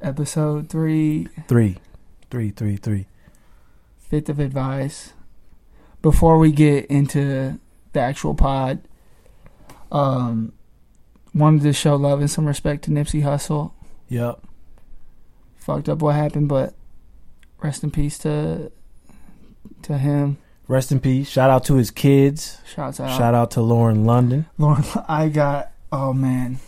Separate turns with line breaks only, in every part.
episode three,
Three, three, three, three.
fifth of advice. Before we get into the actual pod, um, wanted to show love and some respect to Nipsey Hussle.
Yep.
Fucked up what happened, but rest in peace to to him.
Rest in peace. Shout out to his kids.
Shouts out,
Shout out to Lauren London.
Lauren. I got oh man,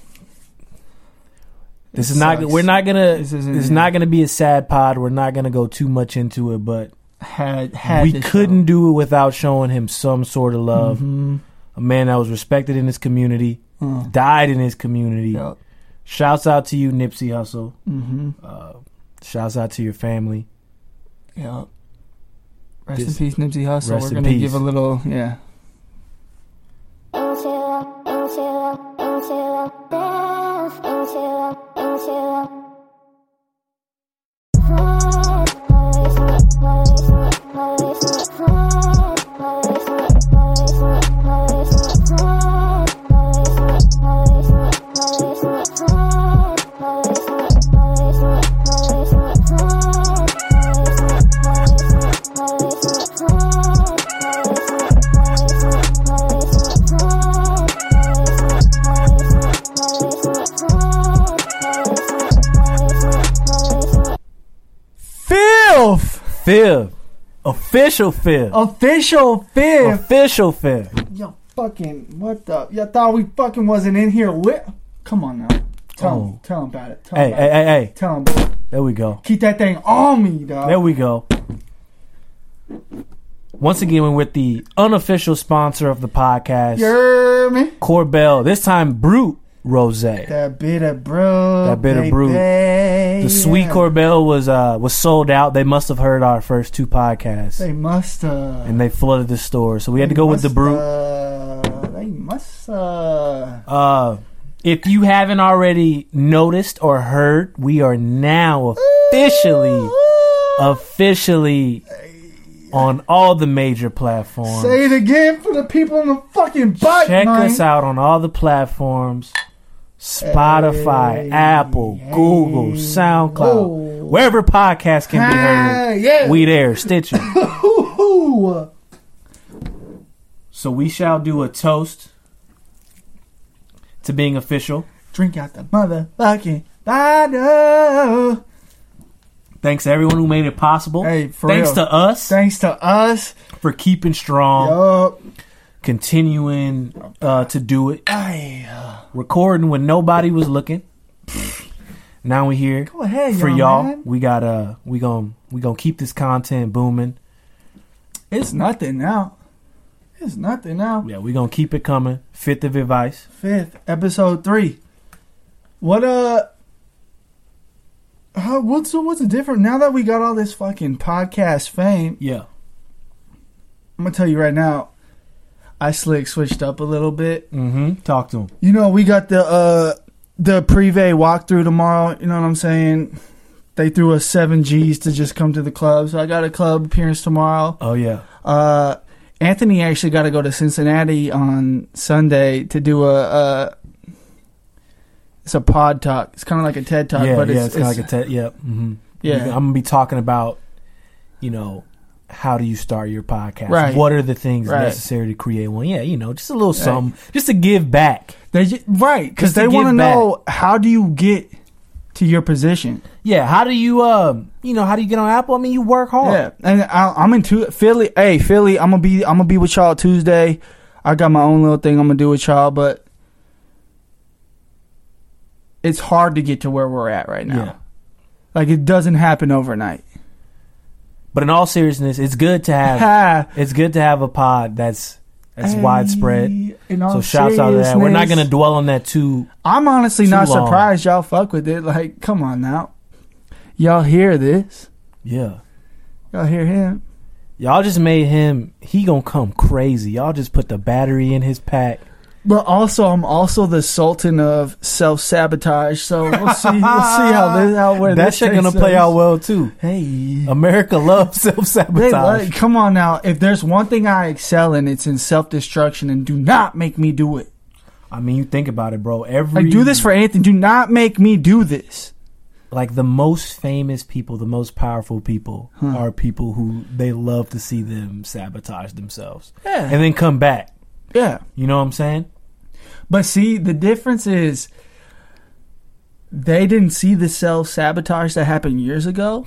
This
It
is not.
sucks.
We're not gonna.
This
This
isn't-
is not gonna be a sad pod. We're not gonna go too much into it, but
had had
we
to show.
couldn't do it without showing him some sort of love.
Mhm.
A man that was respected in his community,
Uh,
died in his community.
yep.
Shouts out to you, Nipsey Hussle.
hmm
Uh, shouts out to your family.
Yep. Rest
This-
in peace, Nipsey Hussle.
rest
We're
in
gonna
peace.
give a little, yeah.
Into the, into the, into the breath, into the, into the breath. Release me, release me, release me, breath. Release me, release me, release me, breath. Release me, release me, release me, breath. Release me, release me, release me, breath. Release me, release me, release me, breath. Release me, release me, release me, breath. Release me, release me, release me, breath. Release me, release me, release me,
Fifth, fifth, official fifth,
Oh, Official fifth.
official fifth.
Yo, fucking, what the? Y'all thought we fucking wasn't in here lit? Come on now. Tell him,
Oh.
tell him about it. Tell
Hey,
him
hey, hey, hey!
Tell him. about it.
There we go.
Keep that thing on me, dog.
There we go. Once again, we're with the unofficial sponsor of the podcast,
you hear me?
Corbell. This time, Brute Rose. The
That bitter brew.
That bitter brew.
The
sweet Corbell was uh, was sold out. They must have heard our first two podcasts,
They must, uh.
and they flooded the store. So we had
they
to go with the
must,
Brute.
Uh, they must, uh.
Uh, if you haven't already noticed or heard, we are now officially, officially on all the major platforms.
Say it again for the people on the fucking bike.
Check
man.
us out on all the platforms Spotify,
Hey,
Apple,
hey.
Google, SoundCloud,
Whoa.
wherever podcasts can be
Ah,
heard.
yeah.
We there, Stitcher.
Ooh.
so we shall do a toast to being official.
Drink out the motherfucking bottle.
Thanks to everyone who made it possible.
Hey, for
Thanks
real.
to Um, us
Thanks to us.
for keeping strong,
Yup.
continuing uh, to do it,
Ay, uh,
recording when nobody was looking. Now we here.
Go ahead,
for
young
y'all.
man.
We got uh we gon' we gonna keep this content booming.
It's nothing now. It's nothing now.
Yeah, we gonna keep it coming. Fifth of advice.
Fifth episode three. What uh? How, what's what's the difference now that we got all this fucking podcast fame?
Yeah.
I'm gonna tell you right now. I slick switched up a little bit.
Mm-hmm. Talk to him.
You know, we got the uh the Privé walkthrough tomorrow, you know what I'm saying? They threw us seven G's to just come to the club. So I got a club appearance tomorrow.
Oh yeah.
Uh Anthony actually gotta go to Cincinnati on Sunday to do a uh it's a pod talk. It's kinda like a TED talk,
yeah,
but
yeah,
it's,
it's, kinda like a te- yeah. Mm-hmm.
Yeah.
I'm gonna be talking about, you know, how do you start your podcast?
Right.
What are the things
Right.
necessary to create one? Yeah, you know, just a little something, just to give back.
they ju- right, because
Just
they
to
want to
give back.
know how do you get to your position.
Yeah. How do you, um, you know, how do you get on Apple? I mean, you work hard.
Yeah, and I, I'm into Philly. Hey, Philly, I'm gonna be I'm gonna be with y'all Tuesday. I got my own little thing I'm gonna do with y'all, but it's hard to get to where we're at right now.
Yeah.
Like it doesn't happen overnight.
But in all seriousness, it's good to have.
Ha.
it's good to have a pod that's that's widespread.
Hey, in
So
all
shouts out to that. We're not gonna
seriousness,
dwell on that too.
I'm honestly
too
not
long.
surprised y'all fuck with it. Like, come on now, y'all hear this?
Yeah.
Y'all hear him?
Y'all just made him. He gonna come crazy. Y'all just put the battery in his pack.
But also, I'm also the sultan of self sabotage. So we'll see. We'll see how this how where
that
this
shit gonna
takes
play
us.
out well too.
Hey,
America loves self
They like-
sabotage.
come on now. If there's one thing I excel in, it's in self destruction, and do not make me do it.
I mean, you think about it, bro. Every
Like do this for Anthony. Do not make me do this.
like the most famous people, the most powerful people
Huh.
are people who they love to see them sabotage themselves
Yeah.
and then come back.
yeah.
You know what I'm saying?
But see, the difference is they didn't see the self sabotage that happened years ago.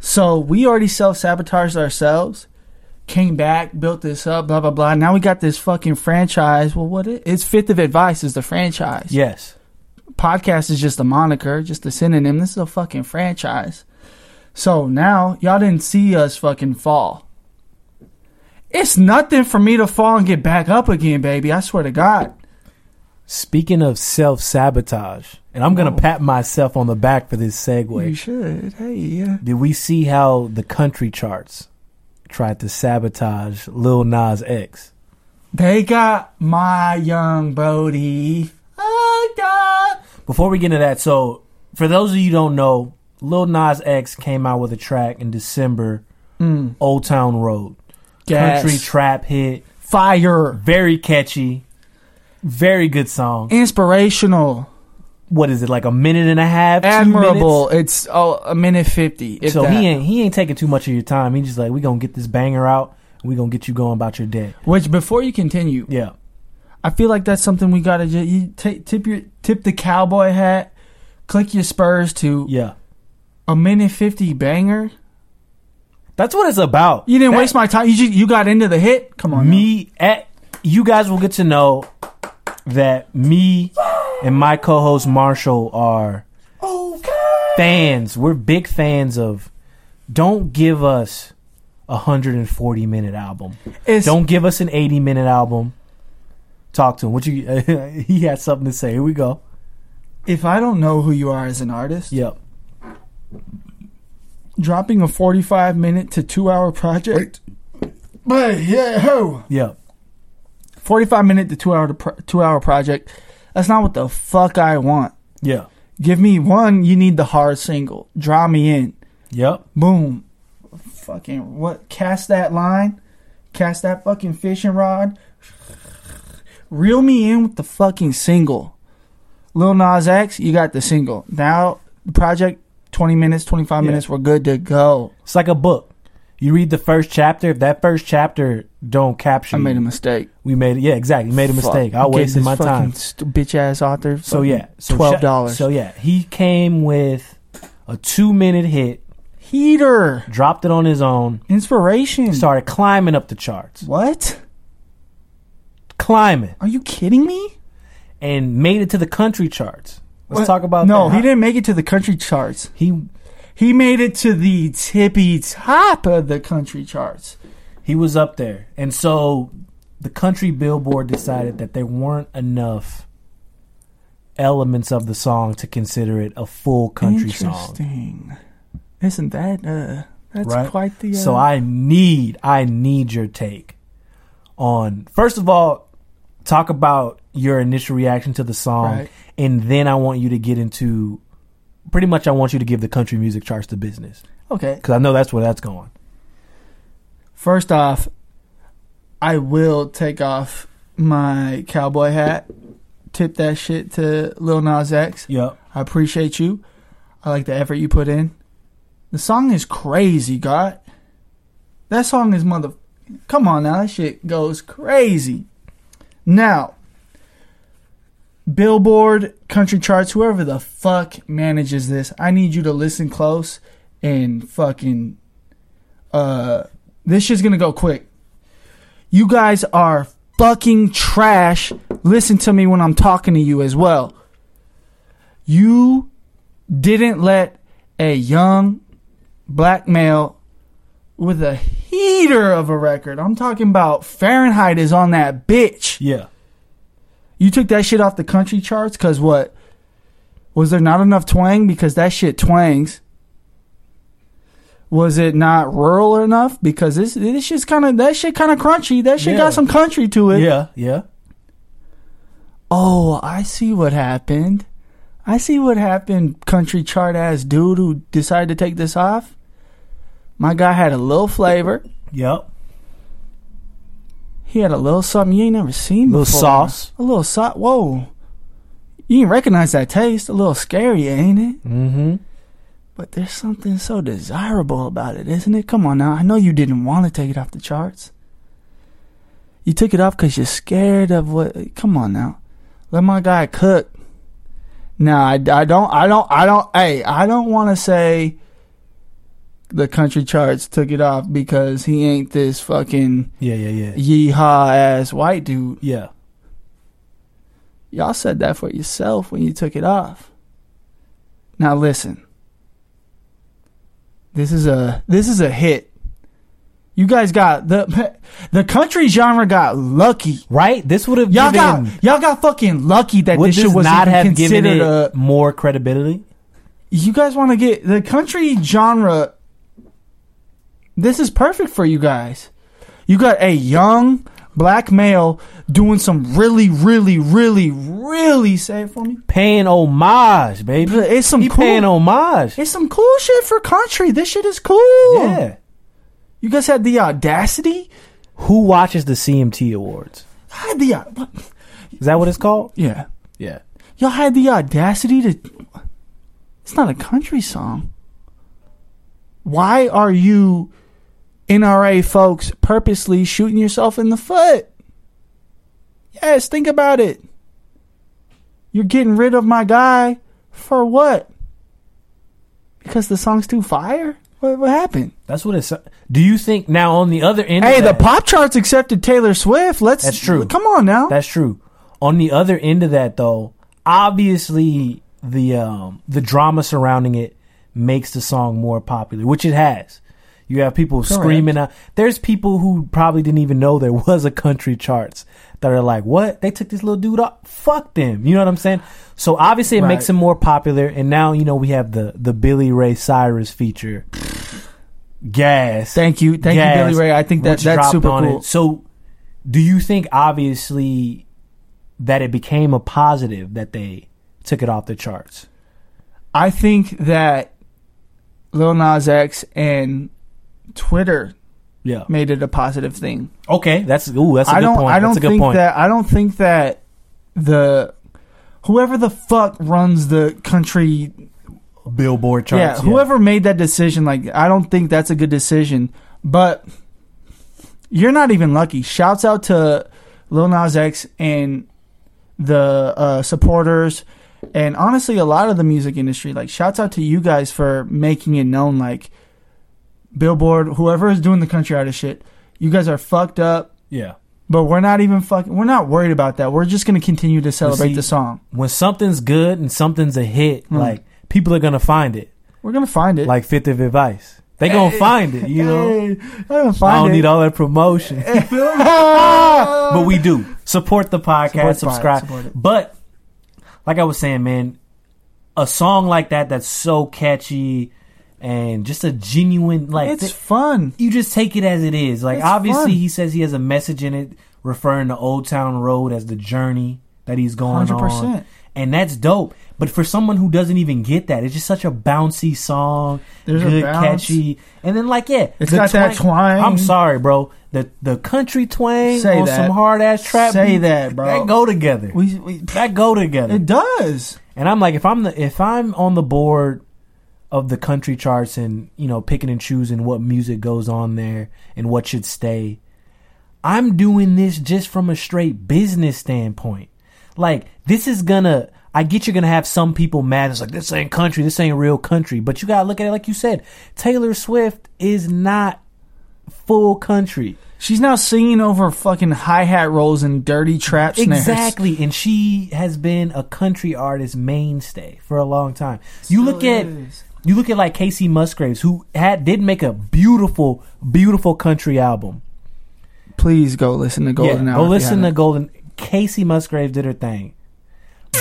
so we already self sabotaged ourselves, came back, built this up, blah, blah, blah. Now we got this fucking franchise. Well, what it, it's Fifth of Advice is the franchise.
Yes.
Podcast is just a moniker, just a synonym. This is a fucking franchise. So now y'all didn't see us fucking fall. It's nothing for me to fall and get back up again, baby. I swear to God.
Speaking of self sabotage, and I'm gonna
Whoa.
pat myself on the back for this segue.
You should. Hey, yeah.
Did we see how the country charts tried to sabotage Lil Nas X?
They got my young Brody. Oh, God.
Before we get into that, so for those of you who don't know, Lil Nas X came out with a track in December,
Mm.
Old Town Road.
Gas.
Country trap hit,
Fire.
very catchy, very good song.
Inspirational.
What is it like a minute and a half? two minutes?
Admirable. It's oh, a minute 50. if
So
that.
he ain't he ain't taking too much of your time. He just like we gonna get this banger out. and We gonna get you going about your day.
Which, before you continue,
Yeah.
I feel like that's something we got to just you ta tip your tip the cowboy hat, click your spurs to
Yeah.
a minute 50 banger.
That's what it's about.
You didn't
That-
waste my time. You just, you got into the hit. Come on. now.
me at you guys will get to know that me and my co-host Marshall are fans. We're big fans of don't give us a 140 minute album.
It's,
Don't give us an 80 minute album. Talk to him. What you he had something to say. Here we go.
if I don't know who you are as an artist,
Yep.
dropping a 45 minute to two hour project. But yeah, ho.
Yep.
45 minute to two hour to pro- two hour project. That's not what the fuck I want.
Yeah.
Give me one. You need the hard single. Draw me in.
Yep.
Boom. Fucking what? Cast that line. Cast that fucking fishing rod. Reel me in with the fucking single. Lil Nas X, you got the single. Now, project 20 minutes, 25
Yeah.
minutes, we're good to go.
It's like a book. You read the first chapter. If that first chapter don't capture,
I made
you,
a mistake.
we made it. Yeah, exactly. You made a
Fuck.
mistake. I
Gave
wasted
this
my
fucking
time.
St- bitch ass author.
So
fucking
yeah, so
twelve
sh-
dollars.
So yeah, he came with a two minute hit,
Heater
dropped it on his own,
inspiration.
started climbing up the charts,
What?
climbing,
Are you kidding me?
and made it to the country charts. Let's
What?
talk about
No,
that.
he didn't make it to the country charts.
He
He made it to the tippy top of the country charts.
he was up there, and so the country billboard decided that there weren't enough elements of the song to consider it a full country song.
Interesting. Isn't that uh? That's
Right?
quite the. Uh,
So I need I need your take on first of all, talk about your initial reaction to the song
Right.
and then I want you to get into pretty much I want you to give the country music charts the business
okay.
cuz I know that's where that's going.
First off, I will take off my cowboy hat. Tip that shit to Lil Nas X.
Yep.
I appreciate you. I like the effort you put in. The song is crazy, God. That song is mother. Come on now, that shit goes crazy. Now, Billboard, country charts, whoever the fuck manages this, I need you to listen close and fucking. Uh, this shit's gonna go quick. You guys are fucking trash. Listen to me when I'm talking to you as well you didn't let a young black male with a heater of a record. I'm talking about Fahrenheit is on that bitch.
Yeah.
You took that shit off the country charts cuz what? Was there not enough twang because that shit twangs? Was it not rural enough because this this shit's kind of that shit kind of crunchy. That shit
Yeah.
got some country to it.
Yeah, yeah.
Oh, I see what happened. I see what happened, country chart ass dude who decided to take this off. My guy had a little flavor.
Yep.
He had a little something you ain't never seen
Little
before.
sauce.
A little sauce. Whoa. You ain't recognize that taste. A little scary, ain't it?
Mhm.
But there's something so desirable about it, isn't it? Come on now. I know you didn't want to take it off the charts. You took it off because you're scared of what. Come on now. Let my guy cook. Now, I, I don't, I don't, I don't, hey, I don't want to say the country charts took it off because he ain't this fucking
Yeah, yeah, yeah.
yeehaw ass white dude.
Yeah.
Y'all said that for yourself when you took it off. Now listen. This is a this is a hit. You guys got the the country genre got lucky.
Right? This would have
Y'all
given
got y'all got fucking lucky that
would
this shit
this
was not
not
even
have
considered
given it
a.
more credibility?
You guys want to get the country genre. This is perfect for you guys. You got a young black male doing some really, really, really, really say it for me.
Paying homage, baby.
But It's some
He
cool.
paying homage.
it's some cool shit for country. This shit is cool.
Yeah.
You guys had the audacity.
Who watches the CMT Awards?
I had the au- what?
Is that what it's called?
yeah.
Yeah.
Y'all had the audacity to. It's not a country song. Why are you, NRA folks, purposely shooting yourself in the foot? Yes, think about it. You're getting rid of my guy for what? Because the song's too fire? What, what happened?
That's what it's. Do you think now on the other end?
Hey,
of
the
that,
pop charts accepted Taylor Swift. Let's.
That's true.
Come on now.
That's true. On the other end of that, though, obviously the um, the drama surrounding it makes the song more popular, which it has. You have people screaming out. There's people who probably didn't even know there was a country charts that are like, "What? They took this little dude off? Fuck them!" You know what I'm saying? So obviously it makes
Right.
him more popular, and now you know we have the the Billy Ray Cyrus feature. Gas.
Thank you, thank
Gas,
you, Billy Ray. I think that
which
that's
dropped
super
on
cool.
it. So, do you think obviously that it became a positive that they took it off the charts?
I think that Lil Nas X and Twitter
Yeah.
made it a positive thing.
Okay. That's ooh. That's
I
a good
don't.
point.
I don't
that's a good
think
point.
that. I don't think that the whoever the fuck runs the country.
Billboard
yeah,
charts.
whoever made that decision, like I don't think that's a good decision. But you're not even lucky. Shouts out to Lil Nas X and the uh, supporters, and honestly, a lot of the music industry. Like, shouts out to you guys for making it known. Like, Billboard, whoever is doing the country artist shit, you guys are fucked up.
Yeah.
But we're not even fucking. We're not worried about that. We're just gonna continue to celebrate
see-
the song.
When something's good and something's a hit,
Hmm.
like people are gonna find it.
We're gonna find it.
Like Fifth of Advice, they gonna find it. You know.
Hey, we're gonna
I
find
don't
it.
need all that promotion. but we do support the podcast,
Support the pod-
subscribe.
support it.
But like I was saying, man, a song like that that's so catchy and just a genuine like
it's
thi-
fun.
you just take it as it is. Like
It's
obviously
fun.
he says he has a message in it referring to Old Town Road as the journey that he's going
100%.
on. And that's dope. But for someone who doesn't even get that, it's just such a bouncy song,
There's a
good,
bounce.
catchy, and then like yeah,
It's
the
got that twang.
I'm sorry, bro. The the country twang
Say
on
that.
some hard ass trap.
Say
beat,
that, bro.
That go together.
We, we
that go together.
it does.
And I'm like, if I'm the if I'm on the board of the country charts and you know picking and choosing what music goes on there and what should stay, I'm doing this just from a straight business standpoint. Like this is gonna. I get you're gonna have some people mad. It's like this ain't country. This ain't real country. But you gotta look at it like you said. Taylor Swift is not full country.
She's now singing over fucking hi hat rolls and dirty trap snares.
Exactly, and she has been a country artist mainstay for a long time. you look at
is.
you look at like Casey Musgraves, who had did make a beautiful, beautiful country album.
Please go listen to Golden
yeah,
Hour.
go
if you
listen to
haven't.
Golden. Casey Musgraves did her thing,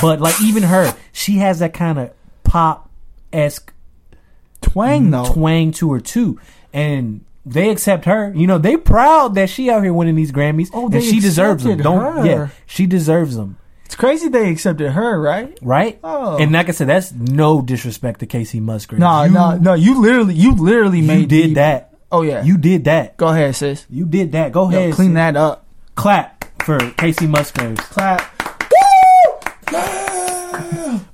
but like even her, she has that kind of pop esque
Twang
Mm,
though.
twang to her too, and. They accept her, you know. They proud that she out here winning these Grammys,
Oh,
and
they
she deserves them.
accepted
Don't, yeah,
her.
she deserves them.
it's crazy they accepted her, right?
right?
Oh.
And like I said, that's no disrespect to Casey Musgraves.
No,
You-
no, no. You literally, you literally
you
made
did
the-
that.
Oh yeah.
You did that.
go ahead, sis.
You did that. Go
Yo,
ahead,
clean
sis.
that up.
Clap for Casey Musgraves.
Clap.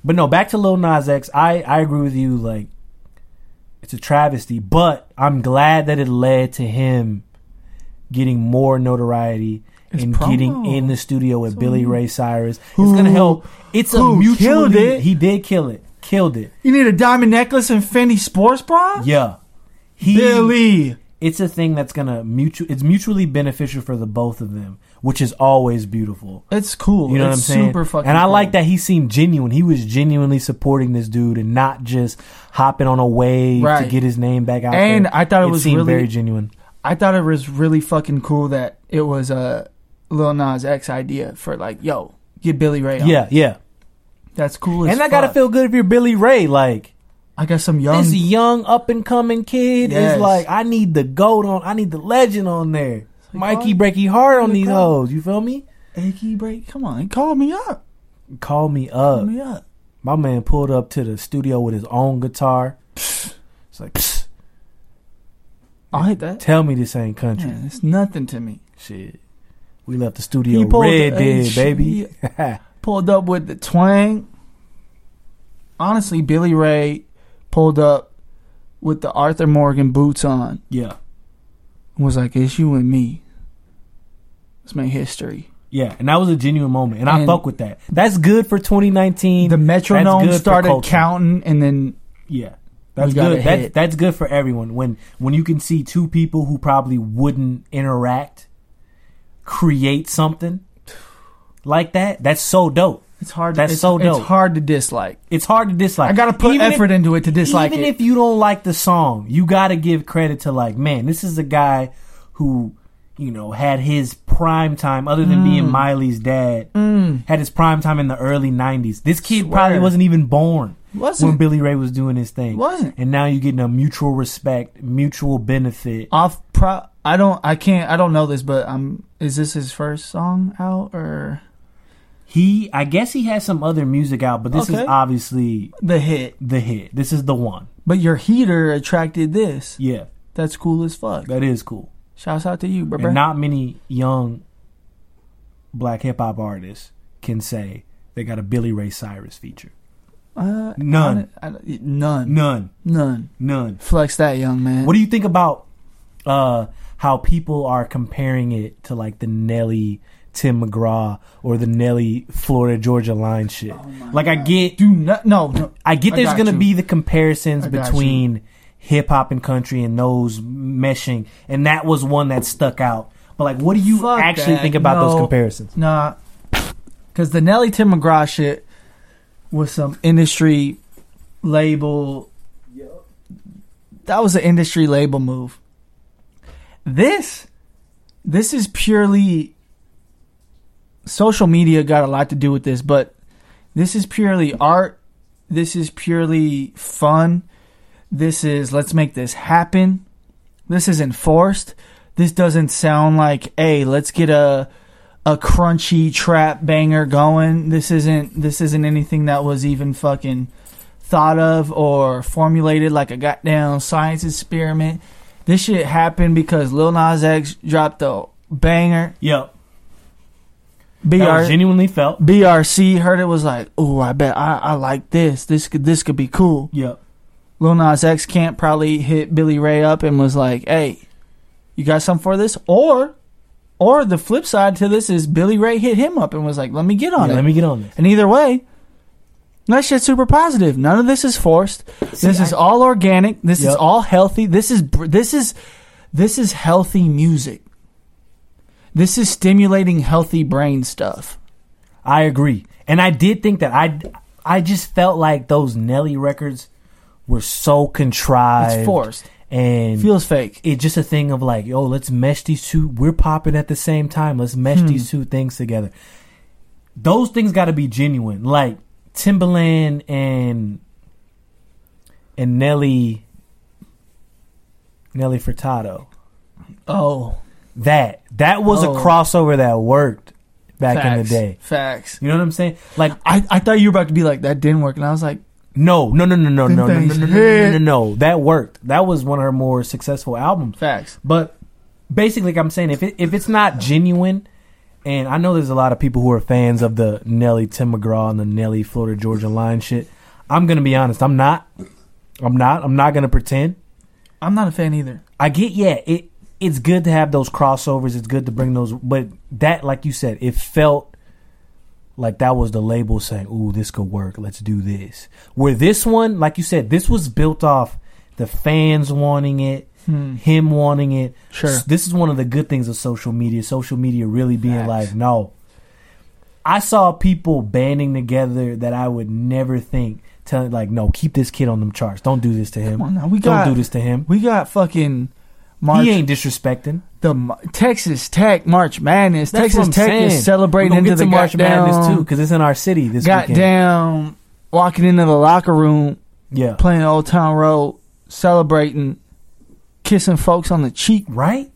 But no, back to Lil Nas X. I I agree with you. Like It's a travesty, but I'm glad that it led to him getting more notoriety
It's
and
promo.
getting in the studio with Billy Ray Cyrus.
Who-
it's gonna help. It's a
who
mutual.
killed it.
He did kill it. Killed it.
You need a diamond necklace and Fendi sports bra?
Yeah. He,
Billy.
It's a thing that's gonna mutual. It's mutually beneficial for the both of them, which is always beautiful.
It's cool.
You know
it's
what I'm saying?
super fucking
and I
cool.
like that he seemed genuine. He was genuinely supporting this dude and not just hopping on a wave
Right.
to get his name back out
And
there.
I thought it was
seemed
really-
very genuine.
I thought it was really fucking cool that it was uh, Lil Nas X idea for like, yo, get Billy Ray on.
Yeah, yeah.
That's cool as
And I gotta
fuck.
feel good if you're Billy Ray. Like
I got some young
this young up and coming kid
Um, Yes.
is like, I need the goat on. I need the legend on there.
oh,
Mikey breaky heart on
look
these
up.
hoes. You feel me?
achy break. Come on, call me up.
Call me up.
Call me up.
My man pulled up to the studio with his own guitar. It's like, "Psst,
I'll hit that.
tell me this ain't country.
Man, it's nothing to me.
Shit. We left the uh, studio
He pulled
red
the-
dead,
hey,
baby.
Pulled up with the twang. Honestly, Billy Ray pulled up with the Arthur Morgan boots on.
yeah.
and Was like, it's you and me. Let's make history.
Yeah. And that was a genuine moment. And,
And-
I fuck with that. That's good for 2019.
The
good
metronome
for
started
culture.
counting, and then
yeah. That's
We got a
good.
hit.
That, that's good for everyone. When when you can see two people who probably wouldn't interact create something like that, that's so dope.
it's hard.
That's
it's,
so dope.
It's hard to dislike.
It's hard to dislike.
I gotta put
Even if-
effort into it to dislike
even
it.
if you don't like the song, you got to give credit to like, man, this is a guy who, you know, had his prime time other than
Mm.
being Miley's dad, had his prime time in the early 90s. This kid
Swear.
probably wasn't even born
Wasn't.
when Billy Ray was doing his thing.
Wasn't.
And now you're getting a mutual respect, mutual benefit.
off pro I don't I can't I don't know this but um is this his first song out or
He, I guess he has some other music out, but this
Okay.
is obviously
the hit
the hit. This is the one.
but your heater attracted this
Yeah,
that's cool as fuck
that is cool.
shouts out to you bro
And not many young black hip hop artists can say they got a Billy Ray Cyrus feature.
uh,
None.
I don't- I don't- none
None.
none
None.
flex that young man
What do you think about uh, how people are comparing it to like the Nelly Tim McGraw or the Nelly Florida Georgia Line shit? like I get
do not no, no
I get
Oh I
there's
got
going to
you.
be the comparisons
I got
between hip hop and country and those meshing and that was one that stuck out. But like what do you
Fuck
actually
that.
think about
No.
those comparisons?
nah cuz the Nelly Tim McGraw shit was some industry label that was an industry label move. This, this is purely social media got a lot to do with this, but this is purely art. This is purely fun. This is let's make this happen. This isn't forced. This doesn't sound like hey, let's get a a crunchy trap banger going. This isn't this isn't anything that was even fucking thought of or formulated like a goddamn science experiment. This shit happened because Lil Nas X dropped a banger.
Yep. That was
BR,
genuinely felt.
BRC heard it was like, oh, I bet I, I like this. This could this could be cool.
Yep.
Lil Nas X can't probably hit Billy Ray up and was like, hey, you got something for this? Or or the flip side to this is Billy Ray hit him up and was like, let me get on
Yeah,
it.
let me get on this.
and either way, that shit's super positive. None of this is forced. this
I-
is all organic. This is
Yep.
all healthy. This is br- this is this is healthy music. This is stimulating healthy brain stuff.
I agree. And I did think that I I just felt like those Nelly records were so contrived.
It's forced.
And
Feels fake.
it's just a thing of like, yo, let's mesh these two. We're popping at the same time. Let's
Hmm.
mesh these two things together. Those things got to be genuine. Like Timbaland and and Nelly Nelly Furtado.
Oh,
That that was
Oh.
a crossover that worked back in the
facts.
day.
Facts.
You know what I'm saying? Like
I, I thought you were about to be like that didn't work, and I was like,
no, no, no, no, no,
Them
no, no, no, no,
things
no, no,
hit.
no, no. That worked. That was one of her more successful albums.
facts.
But basically, like I'm saying, if it, if it's not genuine, and I know there's a lot of people who are fans of the Nelly Tim McGraw and the Nelly Florida Georgia Line shit. I'm gonna be honest, I'm not. I'm not. I'm not gonna pretend.
I'm not a fan either.
I get yeah, it it's good to have those crossovers, it's good to bring those but that like you said, it felt like that was the label saying, "Ooh, this could work. Let's do this." Where this one, like you said, this was built off the fans wanting it,
Hmm.
him wanting it.
Sure.
S- This is one of the good things of social media. Social media really being
Facts.
like, "No." I saw people banding together that I would never think telling like, "No, keep this kid on them charts. Don't do this to him.
Come on now, we
Don't
got
do this to him."
we got fucking March
He ain't disrespecting.
the Ma- Texas Tech March Madness.
That's
Texas
what I'm
Tech
saying.
is celebrating
We're gonna
into
get
the
to March
goddamn,
Madness too because it's in our city this weekend.
goddamn walking into the locker room
Yeah,
playing Old Town Road, celebrating, kissing folks on the cheek.
right.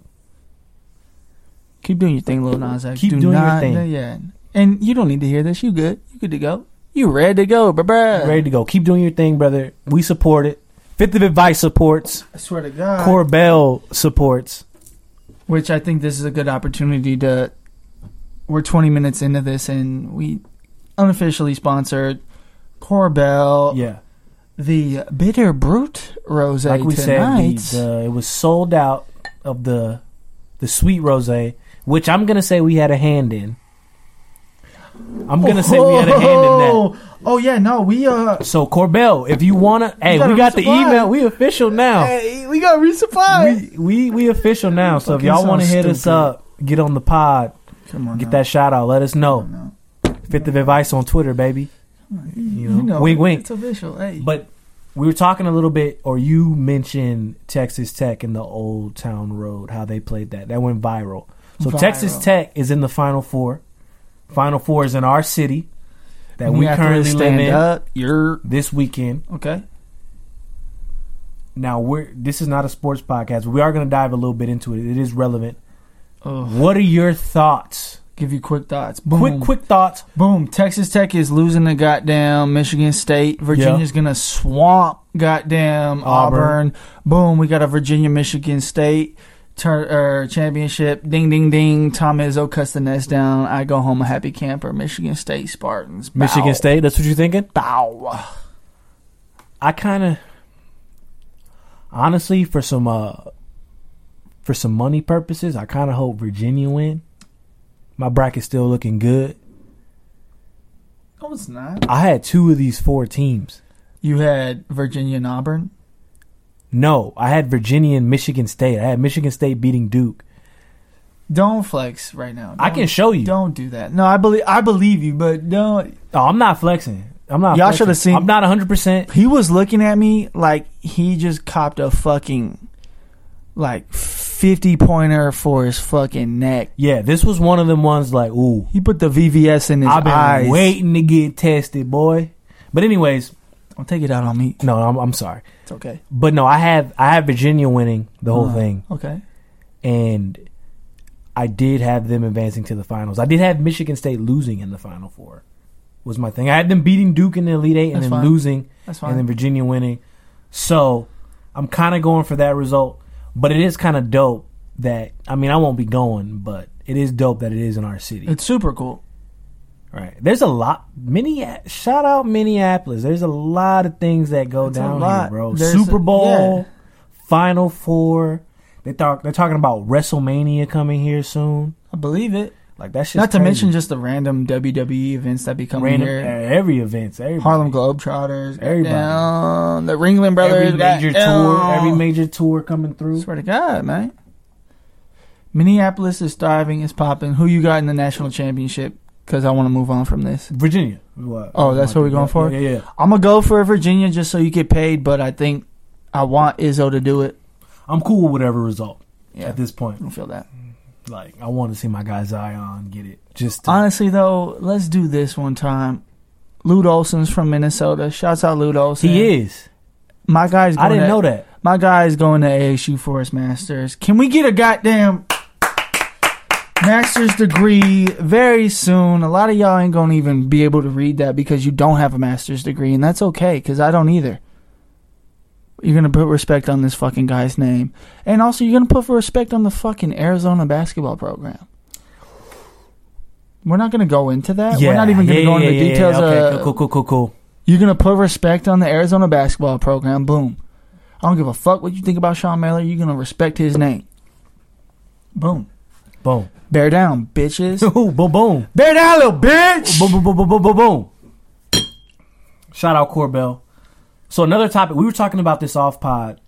Keep doing your thing, Lil Nas X.
Keep
Do
doing your
not-
thing.
Yeah, and you don't need to hear this. You good? You good to go? You ready to go, bruh?
Ready to go. Keep doing your thing, brother. We support it. Fifth of Advice supports.
I swear to God.
Corbell supports.
Which I think this is a good opportunity to. We're 20 minutes into this, and we unofficially sponsored Corbell
Yeah,
the Bitter Brute Rose
like we
tonight.
said, the, the, it was sold out of the the sweet rosé, which I'm gonna say we had a hand in. I'm gonna say we had a hand in
Oh, Oh yeah, no, we uh,
that. So Corbell, if you wanna, hey,
gotta
we got the
resupply.
email. We official now.
hey, we got resupplied.
we we we official now. So if
Fucking
y'all want to
sound
hit us
stupid.
up, get on the pod,
Come on,
get
now.
that shout out. Let us know.
Come on
Fifth of advice on Twitter, baby.
now.
You know, wink, wink.
It's official. Hey,
But we were talking a little bit, or you mentioned Texas Tech and the Old Town Road, how they played that. That went viral. So
Viral.
Texas Tech is in the Final Four. Final Four is in our city that
And
we
have to
currently live
stand
in
Up. You're
this weekend.
okay.
Now we're this is not a sports podcast. We are going to dive a little bit into it. It is relevant.
Ugh.
What are your
oh,
thoughts?
Give you quick thoughts. Boom.
Quick, quick thoughts.
Boom. Texas Tech is losing to goddamn Michigan State. Virginia's gonna swamp goddamn
Auburn.
Auburn. Boom. We got a Virginia Michigan State tur- er, championship. Ding ding ding. Tom Izzo cuts the nest down. I go home a happy camper. Michigan State Spartans. Bow.
Michigan State. That's what you're thinking.
Bow.
I kind of, honestly, for some uh, for some money purposes, I kind of hope Virginia win. My bracket's still looking good.
No, it's not.
I had two of these four teams.
You had Virginia and Auburn.
No, I had Virginia and Michigan State. I had Michigan State beating Duke.
Don't flex right now.
I
Don't-
can show you.
Don't do that. No, I believe I believe you, but don't.
Oh, I'm not flexing. I'm not.
Y'all
flexing.
should've seen-
I'm not 100. percent
He was looking at me like he just copped a fucking like fifty pointer for his fucking neck.
Yeah, this was one of them ones like, ooh,
He put the VVS in his
I've been
eyes.
waiting to get tested, boy. But anyways,
Don't take it out on me.
no, I'm, I'm sorry.
It's okay.
But no, I have I have Virginia winning the whole
Uh,
thing,
Okay.
and I did have them advancing to the finals. I did have Michigan State losing in the final four, was my thing. I had them beating Duke in the Elite Eight and
That's
then
fine.
losing,
That's fine.
and then Virginia winning. So I'm kind of going for that result, but it is kind of dope that I mean I won't be going, but it is dope that it is in our city.
it's super cool.
right? There's a lot. Mini shout out Minneapolis. There's a lot of things that go
It's a
down here,
lot.
bro.
There's
Super
a-
Bowl, Final Four. They talk. They're talking about WrestleMania coming here soon.
I believe it.
Like that's just
Not to
crazy.
mention just the random WWE events that be coming
random
here.
uh, every event, every
Harlem Globetrotters.
Everybody.
goddamn, the Ringling Brothers.
every major tour,
goddamn.
every major tour coming through.
Swear to God, man. Minneapolis is thriving, is popping. Who you got in the national championship? Because I want to move on from this.
Virginia. What?
Oh, that's what we're going for?
Yeah, yeah, yeah.
I'm gonna go for Virginia just so you get paid, but I think I want Izzo to do it.
I'm cool with whatever result
Yeah,
at this point.
I feel that.
Like, I want to see my guy Zion get it. Just to,
Honestly, though, let's do this one time. Lute Olson's from Minnesota. Shouts out Lute Olson.
he is.
My guy's. Going
I didn't
to,
know that.
My guy's going to ASU for his masters. Can we get a goddamn master's degree very soon? A lot of y'all ain't gonna even be able to read that because you don't have a master's degree, and that's okay because I don't either. You're gonna put respect on this fucking guy's name, and also you're gonna put respect on the fucking Arizona basketball program. We're not gonna go into that. We're not even gonna go into
yeah,
details
yeah, okay,
of
cool, cool, cool, cool.
You're gonna put respect on the Arizona basketball program. Boom. I don't give a fuck what you think about Sean Miller. You're gonna respect his name. Boom.
Boom.
Bear down, bitches.
boom, boom, boom,
Bear down, little bitch.
boom, boom, boom, boom, boom, boom, boom. Shout out Corbell. So another topic we were talking about this off pod,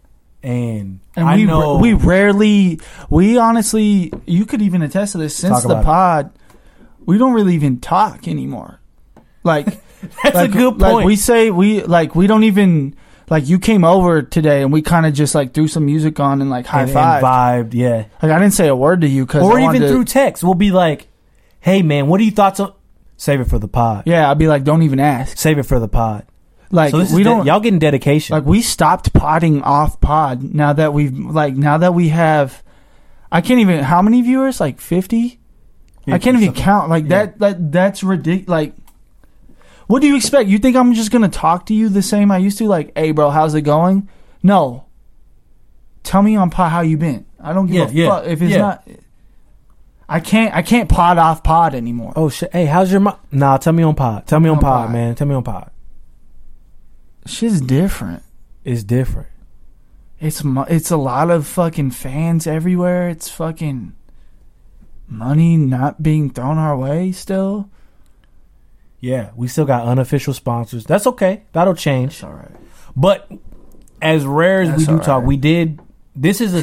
and,
And
I
we
know
we rarely we honestly you could even attest to this since
Talk
the
about it.
pod we don't really even talk anymore. Like
that's
like,
a good point.
Like we say we like we don't even like you came over today and we kind of just like threw some music on and like high
and, and
five.
vibed, yeah.
Like I didn't say a word to you because
Or even through text, we'll be like, "Hey man, what are your thoughts on?" Save it for the pod.
yeah I'd be like don't even ask.
Save it for the pod.
Like
so this
we
is de-
don't
y'all getting dedication.
like we stopped potting off pod now that we've like now that we have I can't even how many viewers like fifty. I can't even count. Like
Yeah.
that, that that's ridiculous. Like, what do you expect? You think I'm just gonna talk to you the same I used to? Like, hey, bro, how's it going? No. Tell me on pod how you been. I don't give
Yeah,
a
yeah,
fuck if it's
yeah.
not. I can't. I can't pod off pod anymore.
Oh shit! Hey, how's your mom? Nah, tell me on pod. Tell me on,
On
pod,
pod.
man. Tell me on pod.
Shit's different.
It's different.
It's mo- it's a lot of fucking fans everywhere. It's fucking money not being thrown our way still.
Yeah, we still got unofficial sponsors. That's okay. That'll change.
It's all right.
But as rare as we
That's
do
alright.
talk, we did. This is a,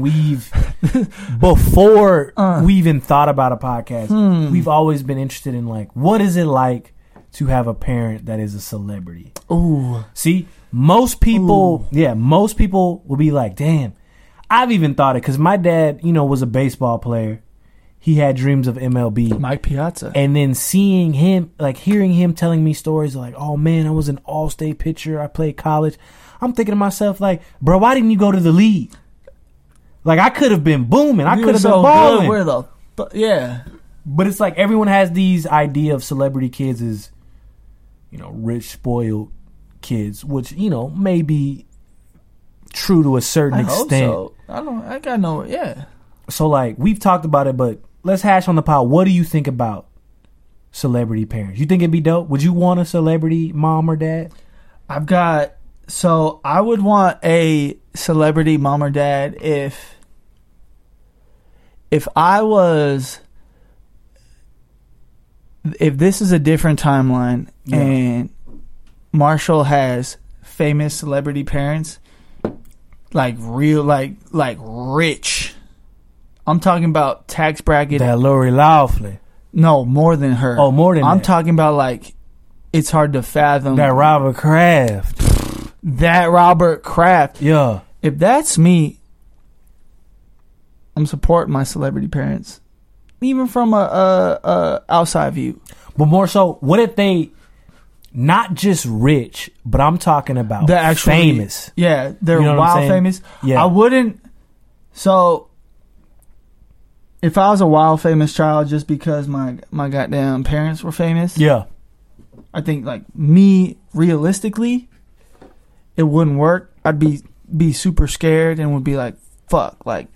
we've before
Uh.
we even thought about a podcast.
Hmm.
We've always been interested in like, what is it like to have a parent that is a celebrity?
Ooh.
See, most people, yeah, most people will be like, damn, I've even thought it because my dad, you know, was a baseball player. He had dreams of MLB.
Mike Piazza.
and then seeing him, like hearing him telling me stories like, oh man, I was an all state pitcher. I played college. I'm thinking to myself, like, bro, why didn't you go to the league? Like, I could have been booming. I
You
could
were
have
so
been
good.
balling.
Where the fu- yeah.
But it's like everyone has these idea of celebrity kids as, you know, rich spoiled kids, which you know may be true to a certain
I hope
extent.
so. I don't. I got no. Yeah.
So like we've talked about it, but let's hash on the pod. What do you think about celebrity parents? You think it'd be dope? Would you want a celebrity mom or dad?
I've got. So I would want a celebrity mom or dad if. If I was. If this is a different timeline
Yeah.
and Marshall has famous celebrity parents, like real, like like rich. I'm talking about tax bracket.
That Lori Loughlin,
no, more than her.
oh more than
I'm
that.
talking about like it's hard to fathom
that Robert Kraft,
that Robert Kraft.
yeah,
If that's me, I'm supporting my celebrity parents, even from a, a, a outside view.
but more so, what if they? Not just rich, but I'm talking about
They're actually-
famous.
Yeah, they're
You know what I'm
wild
saying?
famous.
Yeah,
I wouldn't. So, if I was a wild famous child, just because my my goddamn parents were famous,
yeah.
I think like me realistically, it wouldn't work. I'd be be super scared and would be like, fuck, like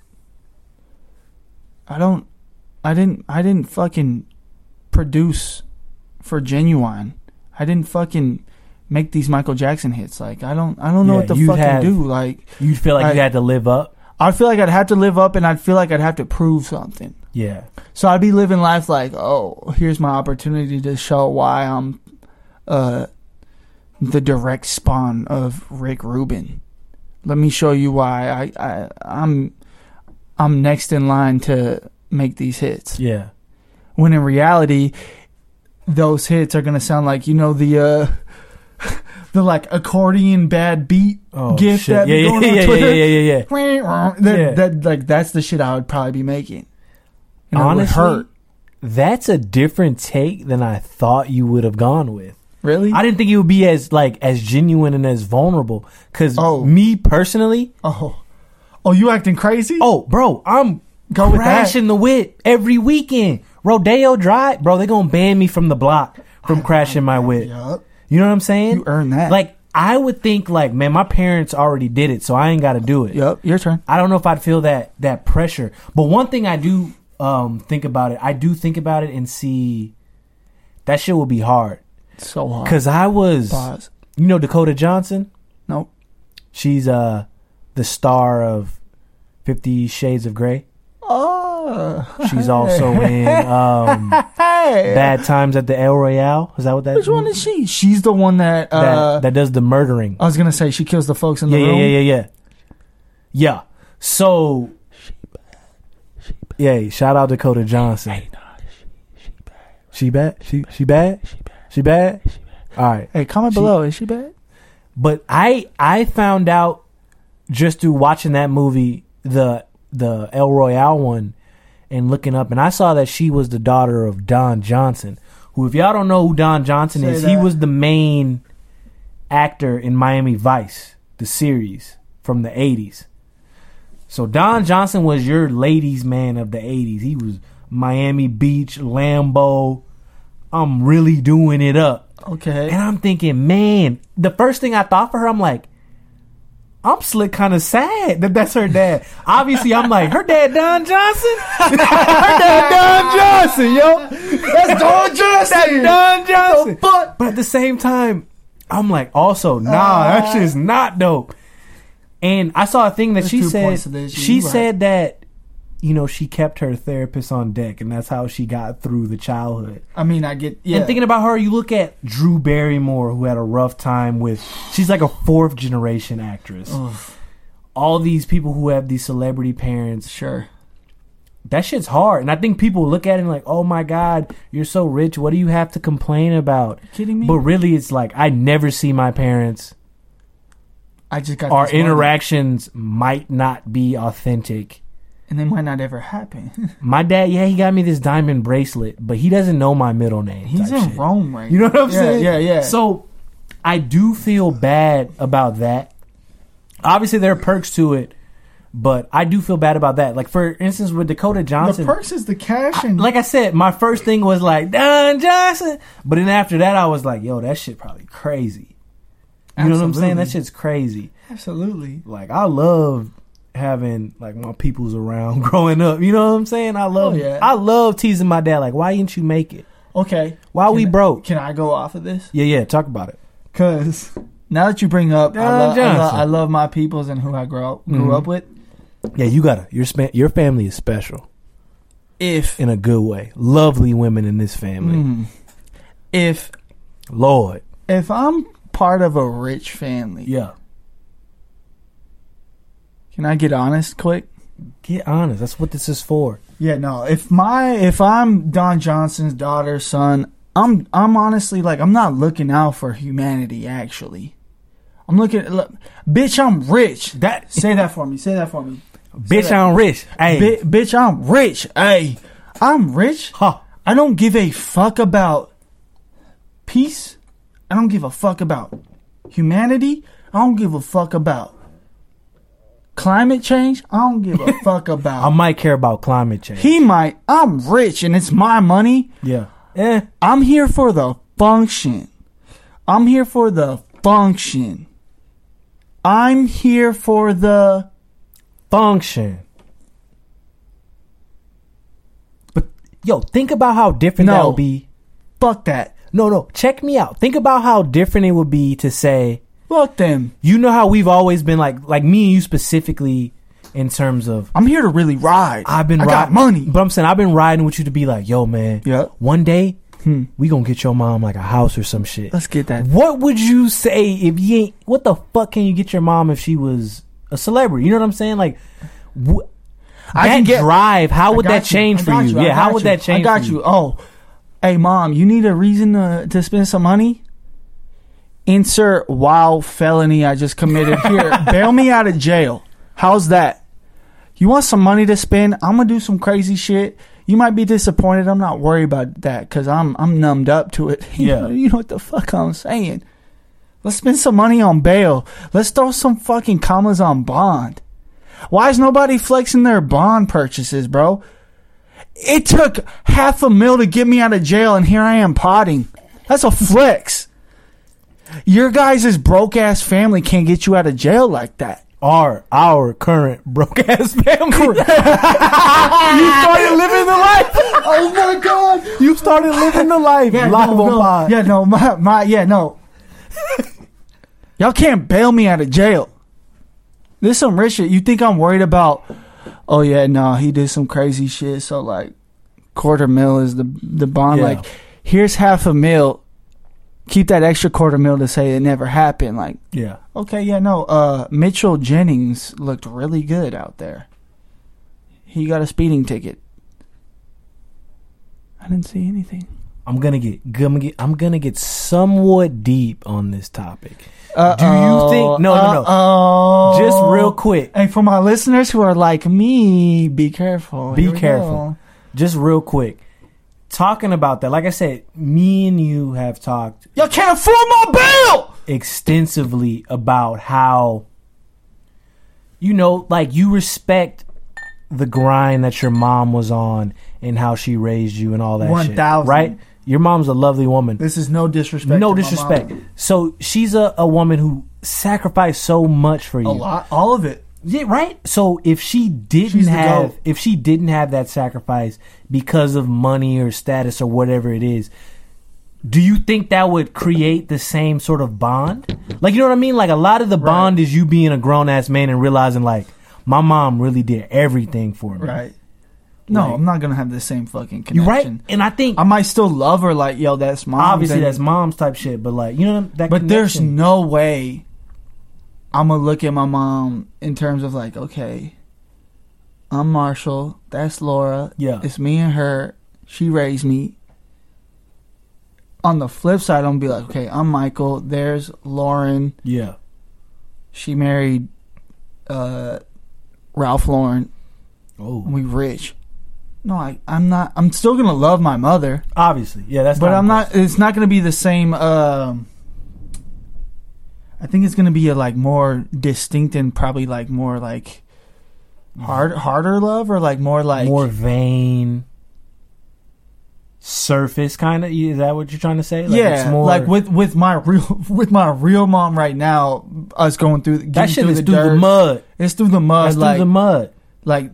I don't I didn't I didn't fucking produce for genuine. I didn't fucking make these Michael Jackson hits. Like I don't I don't know
Yeah,
what to
you'd
fucking
have-
do. Like
You'd feel like
I-
you had to live up.
I feel like I'd have to live up and I'd feel like I'd have to prove something.
Yeah.
So I'd be living life like, oh, here's my opportunity to show why I'm uh, the direct spawn of Rick Rubin. Let me show you why I, I I'm I'm next in line to make these hits.
Yeah.
When in reality, those hits are gonna sound like you know the uh, the like accordion bad beat.
Oh,
Gift
shit.
that be
yeah,
going
yeah,
on
yeah,
Twitter.
yeah, yeah, yeah, yeah.
That,
Yeah.
that like that's the shit I would probably be making. And it would
Honestly,
hurt.
that's a different take than I thought you would have gone with.
really?
I didn't think it would be as like as genuine and as vulnerable. Cause
Oh.
me personally,
Oh, oh, you acting crazy?
oh, bro, I'm
Go with that.
crashing the whip every weekend. Rodeo Drive, bro, they gonna ban me from the block from crashing my whip.
Yup.
You know what I'm saying?
you earned that.
Like I would think, like man, my parents already did it, so I ain't got to do it.
yep, your turn.
I don't know if I'd feel that that pressure. But one thing I do um, think about it, I do think about it and see that shit will be hard
So hard.
Cause I was,
Pause.
you know, Dakota Johnson.
Nope.
She's uh the star of Fifty Shades of Grey.
Oh.
She's also in um,
Hey.
Bad Times at the El Royale. Is that what that?
Which one is she? She's the one that.
that,
Uh,
that does the murdering?
I was gonna say she kills the folks in
yeah,
the room.
yeah, yeah, yeah, yeah. Yeah. So. Yeah, shout out Dakota Johnson. she, bad. She she bad. She bad. She bad. All right,
Hey, comment
She-
below. Is she bad?
but I I found out just through watching that movie, the the El Royale one, and looking up, and I saw that she was the daughter of Don Johnson. Who, if y'all don't know who Don Johnson
Say
is, he
that.
was the main actor in Miami Vice, the series from the '80s. So Don Johnson was your ladies' man of the '80s. He was Miami Beach, Lambo. I'm really doing it up.
Okay.
And I'm thinking, man, the first thing I thought for her, I'm like, I'm slick kind of sad that that's her dad. Obviously, I'm like, her dad, Don Johnson? her dad, Don Johnson, yo.
That's Don Johnson.
Don Johnson.
But
But at the same time, I'm like, also, nah, that shit's not dope. And I saw a thing that
Uh. There's
she
two
said.
points to this, you-
She
you right.
said that, you know, she kept her therapist on deck, and that's how she got through the childhood.
I mean, I get. Yeah.
And thinking about her, you look at Drew Barrymore, who had a rough time with. She's like a fourth generation actress. All these people who have these celebrity parents,
sure.
that shit's hard. And I think people look at it and like, oh my God, you're so rich. What do you have to complain about?
kidding me?
But really, it's like, I never see my parents.
I just got
Our
this money,
interactions might not be authentic.
and they might not ever happen.
My dad, yeah, he got me this diamond bracelet, but he doesn't know my middle name.
He's
type
in
shit.
Rome right
You know what I'm
Yeah,
saying?
Yeah, yeah.
So I do feel bad about that. Obviously, there are perks to it, but I do feel bad about that. Like for instance, with Dakota
the
Johnson,
purse is the cash and
like I said, my first thing was like Don Johnson, but then after that, I was like, yo, that shit probably crazy. You know what I'm saying? That
Absolutely.
shit's crazy.
absolutely.
Like I love having like my peoples around growing up. You know what I'm saying? I love
Oh, yeah.
I love teasing my dad. Like, why didn't you make it?
Okay.
Why we
Can-
broke?
Can I go off of this?
Yeah, yeah. Talk about it.
Because now that you bring up, I,
Don
love I, love
Johnson.
I love my peoples and who I grew up, grew
Mhm.
up with.
Yeah, you gotta. Your spa- your family is special
If
in a good way. Lovely women in this family.
Mm. if
Lord,
if I'm part of a rich family,
yeah.
can I get honest quick?
Get honest. That's what this is for.
Yeah, no. If my if I'm Don Johnson's daughter, son, I'm I'm honestly like I'm not looking out for humanity. Actually, I'm looking. Look, bitch, I'm rich.
That
Say that for me. Say that for me.
bitch, I'm rich. Hey,
Bi- bitch, I'm rich. Hey, I'm rich.
huh?
I don't give a fuck about peace. I don't give a fuck about humanity. I don't give a fuck about climate change. I don't give a fuck about.
I might care about climate change.
He might. I'm rich and it's my money.
yeah. Eh.
I'm here for the function. I'm here for the function. I'm here for the.
Function. But yo, think about how different that
No.
would be.
Fuck that.
No, no. Check me out. Think about how different it would be to say,
Fuck them.
you know how we've always been like, like me and you specifically, in terms of
I'm here to really ride.
I've been
I
riding
got money.
but I'm saying I've been riding with you to be like, yo, man.
Yeah. Hmm.
One day, we gonna get your mom like a house or some shit.
Let's get that.
What would you say if you ain't? What the fuck can you get your mom if she was a celebrity? You know what I'm saying? Like, wh-
I
that
can get-
drive. How would
I
that
got
change
I
for
got
you?
I
Yeah. How
got
would
you.
that change?
I got
for
you. Oh, hey mom, you need a reason to, to spend some money. Insert wild felony I just committed here. Bail me out of jail. How's that? You want some money to spend? I'm gonna do some crazy shit. You might be disappointed. I'm not worried about that because I'm I'm numbed up to it. You
Yeah.
know, you know what the fuck I'm saying. Let's spend some money on bail. Let's throw some fucking commas on bond. Why is nobody flexing their bond purchases, bro? It took half a mil to get me out of jail, and here I am potting. That's a flex. Your guys' broke ass family can't get you out of jail like that.
are our current broke ass family.
you started living the life. oh my god.
you started living the life
Yeah,
live
no,
on
no.
pod.
Yeah, no, my, my, yeah, no. Y'all can't bail me out of jail. This some rich shit. You think I'm worried about? Oh yeah, no, he did some crazy shit. So like, quarter mil is the the bond.
Yeah.
Like, here's half a mil. Keep that extra quarter mil to say it never happened. Like,
Yeah.
okay, yeah, no. Uh, Mitchell Jennings looked really good out there. He got a speeding ticket. I didn't see anything.
I'm gonna get, gonna get, I'm gonna get somewhat deep on this topic.
Uh-oh,
think- no, no, no.
uh-oh.
Just real quick,
Hey, for my listeners who are like me, be careful.
Be
Here we
careful. just real quick. Talking about that, like I said, me and you have talked
go. Y'all can't afford my bill.
extensively about how you know like you respect the grind that your mom was on and how she raised you and all that shit
1000.
right your mom's a lovely woman
This is no disrespect. to my
no
mom.
disrespect so she's a, a woman who sacrificed so much for you
A lot, all of it.
yeah, right. So if she didn't
She's the
have,
goat.
if she didn't have that sacrifice because of money or status or whatever it is, do you think that would create the same sort of bond? Like, you know what I mean? Like a lot of the bond is you being a grown ass man and realizing like my mom really did everything for me.
Right. No,
Like-
I'm not gonna have the same fucking
You
connection.
right? And I think
I might still love her. Like, yo, that's mom.
obviously that's mom's type shit, but like you know that.
But there's
connection.
no way I'm gonna look at my mom in terms of like, okay, I'm Marshall. That's Laura.
yeah.
It's me and her. She raised me. On the flip side, I'm gonna be like, okay, I'm Michael. There's Lauren.
Yeah.
She married uh, Ralph Lauren.
Oh.
We rich. No, I, I'm not. I'm still gonna love my mother,
Obviously. Yeah. That's.
but I'm
important.
not. It's not gonna be the same. Um, I think it's gonna be a like more distinct and probably like more like hard, harder love or like more like
more vain surface kind of is that what you're trying to say
yeah,
it's more
like with with my real with my real mom right now, us going through getting
that shit
through
is
the
through the
dirt.
mud
It's through the mud.
that's
like
through the mud
like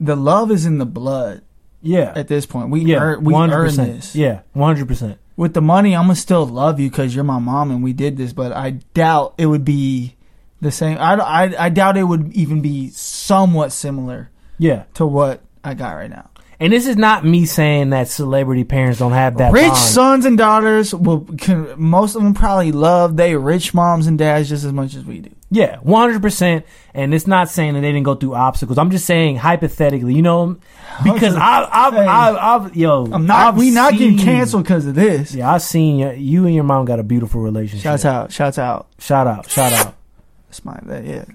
the love is in the blood
yeah
at this point. We
yeah
earn, we earn
100%
this.
yeah 100%
With the money, I'm gonna still love you because you're my mom and we did this. But I doubt it would be the same. I, I I doubt it would even be somewhat similar
yeah
to what I got right now.
and this is not me saying that celebrity parents don't have that
rich
bond.
sons and daughters will can most of them probably love they rich moms and dads just as much as we do.
yeah 100% and it's not saying that they didn't go through obstacles i'm just saying hypothetically you know because i i've,
Hey.
I've, I've, yo
I'm not.
I've
we not getting
seen-
canceled because of this.
yeah i've seen you, you and your mom got a beautiful relationship
Shouts out. Shouts out.
shout out shout out
That's my. That, yeah. That's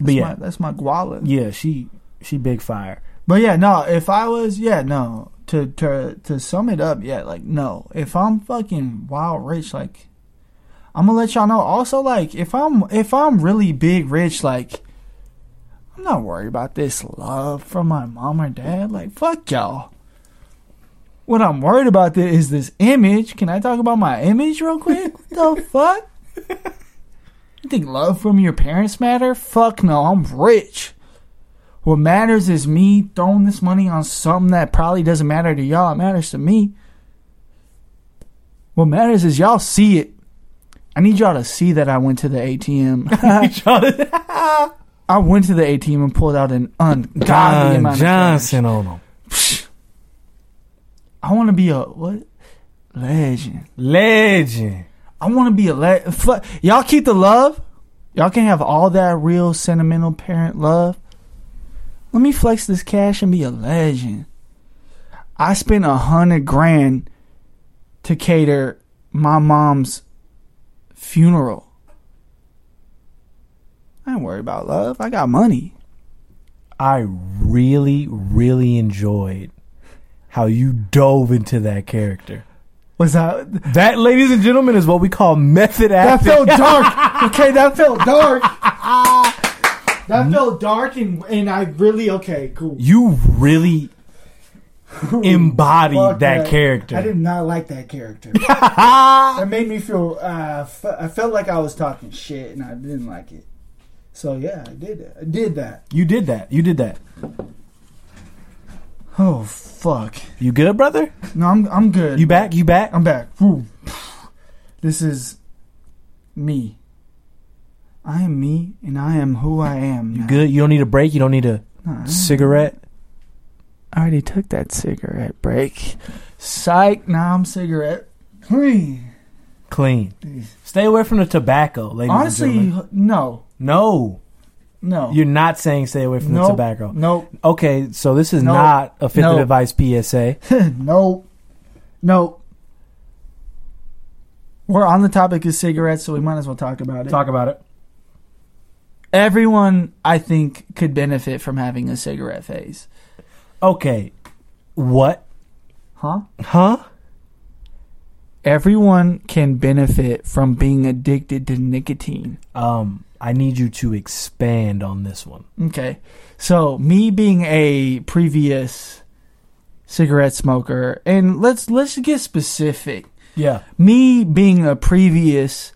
but yeah
My, that's my guala.
Yeah, she she big fire.
But yeah, no. If I was, yeah, no. To to to sum it up, yeah, like no. If I'm fucking wild rich, like I'm gonna let y'all know. Also, like if I'm if I'm really big rich, like. I'm not worried about this love from my mom or dad. Like, fuck y'all. What I'm worried about thi- is this image. Can I talk about my image real quick? What the fuck? You think love from your parents matter? Fuck no, I'm rich. What matters is me throwing this money on something that probably doesn't matter to y'all. It matters to me. What matters is y'all see it. I need y'all to see that I went to the ATM. I went to the ATM and pulled out an ungodly amount
Don
of cash.
Johnson on them.
I want to be a what legend.
Legend.
I want to be a le- fu- y'all keep the love. Y'all can have all that real sentimental parent love. Let me flex this cash and be a legend. I spent a hundred grand to cater my mom's funeral. I ain't worried about love. I got money.
I really, really enjoyed how you dove into that character.
Was that
That, ladies and gentlemen, is what we call method
That
acting.
felt dark. Okay, that felt dark. that felt dark, and and I really okay, cool.
you really embodied
Fuck
that, character.
I did not like that character. that made me feel. Uh, f- I felt like I was talking shit, and I didn't like it. So yeah, I did that. I did that.
You did that. You did that.
Oh fuck.
You good, brother?
No, I'm I'm good.
You back? You back?
I'm back. Woo. This is me. I am me, and I am who I am.
You
now.
good? You don't need a break. You don't need a
Nah, I don't-
cigarette.
I already took that cigarette break. Psych. Now I'm cigarette clean.
Clean. Stay away from the tobacco, ladies and
Honestly,
gentlemen.
no,
No,
no.
you're not saying stay away from
Nope.
the tobacco.
Nope.
Okay, so this is
Nope.
not a fifth
Nope.
of advice PSA.
nope. Nope. We're on the topic of cigarettes, so we might as well talk about it.
Talk about it.
Everyone, I think, could benefit from having a cigarette phase.
Okay, what?
Huh?
Huh?
Everyone can benefit from being addicted to nicotine.
Um, I need you to expand on this one.
Okay. So, me being a previous cigarette smoker, and let's let's get specific.
Yeah.
Me being a previous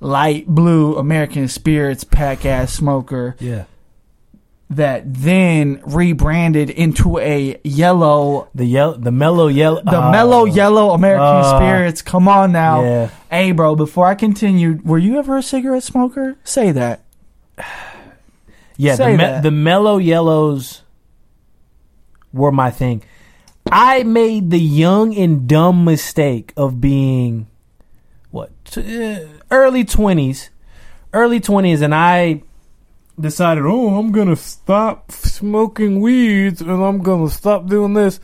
light blue American Spirits pack ass smoker
Yeah.
that then rebranded into a yellow
The yellow, the mellow yellow,
the mellow yellow American
Uh,
Spirits. Come on now.
Oh. Yeah.
Hey bro, before I continue, were you ever a cigarette smoker? Say that.
Yeah,
Say
the, me-
that.
the mellow yellows were my thing. I made the young and dumb mistake of being what t- uh, early twenties, early twenties, and I decided, oh, I'm gonna stop smoking weeds and I'm gonna stop doing this.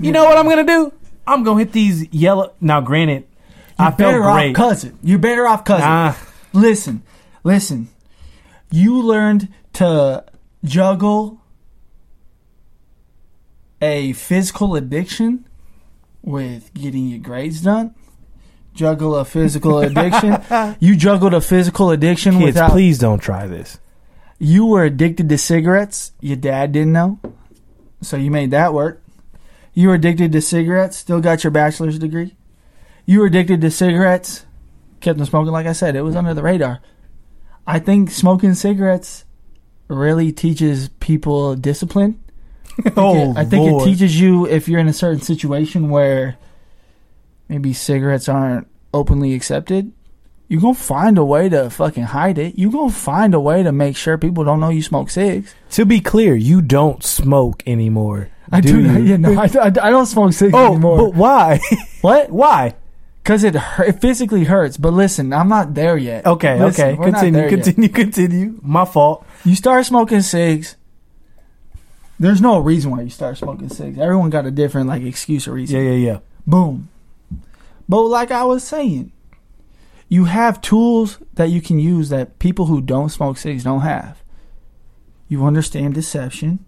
You know what I'm gonna do? I'm gonna hit these yellow. Now, granted, I felt
better
great.
off cousin. You're better off cousin.
Nah,
Listen, listen. You learned to juggle a physical addiction with getting your grades done. Juggle a physical addiction. you juggled a physical addiction
kids,
without.
please don't try this.
You were addicted to cigarettes. Your dad didn't know, so you made that work. You were addicted to cigarettes. Still got your bachelor's degree. You were addicted to cigarettes. Kept them smoking. Like I said, it was under the radar. I think smoking cigarettes really teaches people discipline.
Oh,
I think
Lord.
it teaches you if you're in a certain situation where maybe cigarettes aren't openly accepted. You're gonna find a way to fucking hide it. You're gonna find a way to make sure people don't know you smoke cigs.
To be clear, you don't smoke anymore.
I do, not.
you?
Yeah, no, I, I, I don't smoke cigs
oh,
anymore.
but why?
what?
why?
Because it hurt, it physically hurts. But listen, I'm not there yet.
Okay,
Listen,
okay.
we're not
Continue,
there yet.
continue, continue. My fault.
You start smoking cigs. There's no reason why you start smoking cigs. Everyone got a different like excuse or reason.
Yeah, yeah, yeah.
Boom. But like I was saying, you have tools that you can use that people who don't smoke cigs don't have. You understand deception.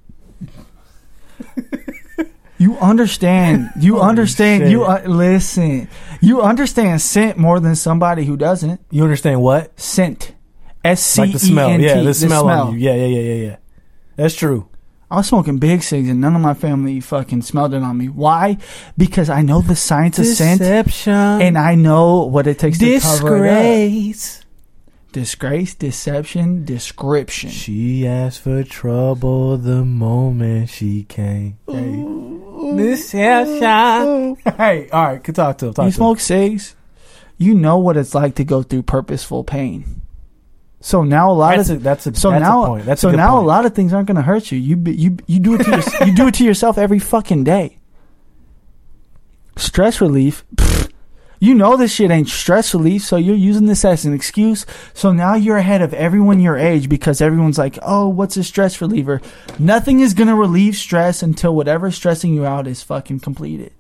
you understand. You
Holy
understand.
shit.
You uh, listen. You understand scent more than somebody who doesn't.
You understand what?
Scent. S C E N T.
Like the smell. Yeah, the, smell, on you. Yeah, yeah, yeah, yeah, yeah. That's true.
I was smoking big cigs, and none of my family fucking smelled it on me. Why? Because I know the science of scent.
Deception.
and I know what it takes to cover it up.
disgrace.
Disgrace, deception, description.
She asked for trouble the moment she came. Hey. Deception. Hey, all right, can talk to him. Talk
You
to him.
smoke cigs, you know what it's like to go through purposeful pain. So now a lot
That's
of
a, that's a,
so
that's
now
a point. That's
so
a good
now
point.
a lot of things aren't going to hurt you. You be, you you do it to your, you do it to yourself every fucking day. Stress relief. pfft, You know this shit ain't stress relief, so you're using this as an excuse. So now you're ahead of everyone your age because everyone's like, "Oh, what's a stress reliever?" Nothing is gonna relieve stress until whatever's stressing you out is fucking completed.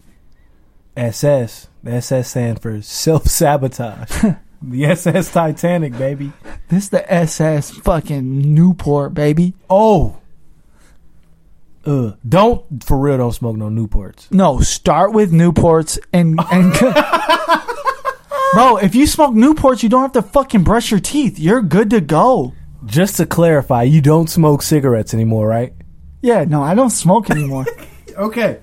SS. The SS stands for self sabotage. the SS Titanic, baby.
This the SS fucking Newport baby.
Oh. Ugh. Don't for real. Don't smoke no Newports.
No, start with Newports and and. Bro, if you smoke Newports, you don't have to fucking brush your teeth. You're good to go.
Just to clarify, you don't smoke cigarettes anymore, right?
Yeah, no, I don't smoke anymore.
Okay.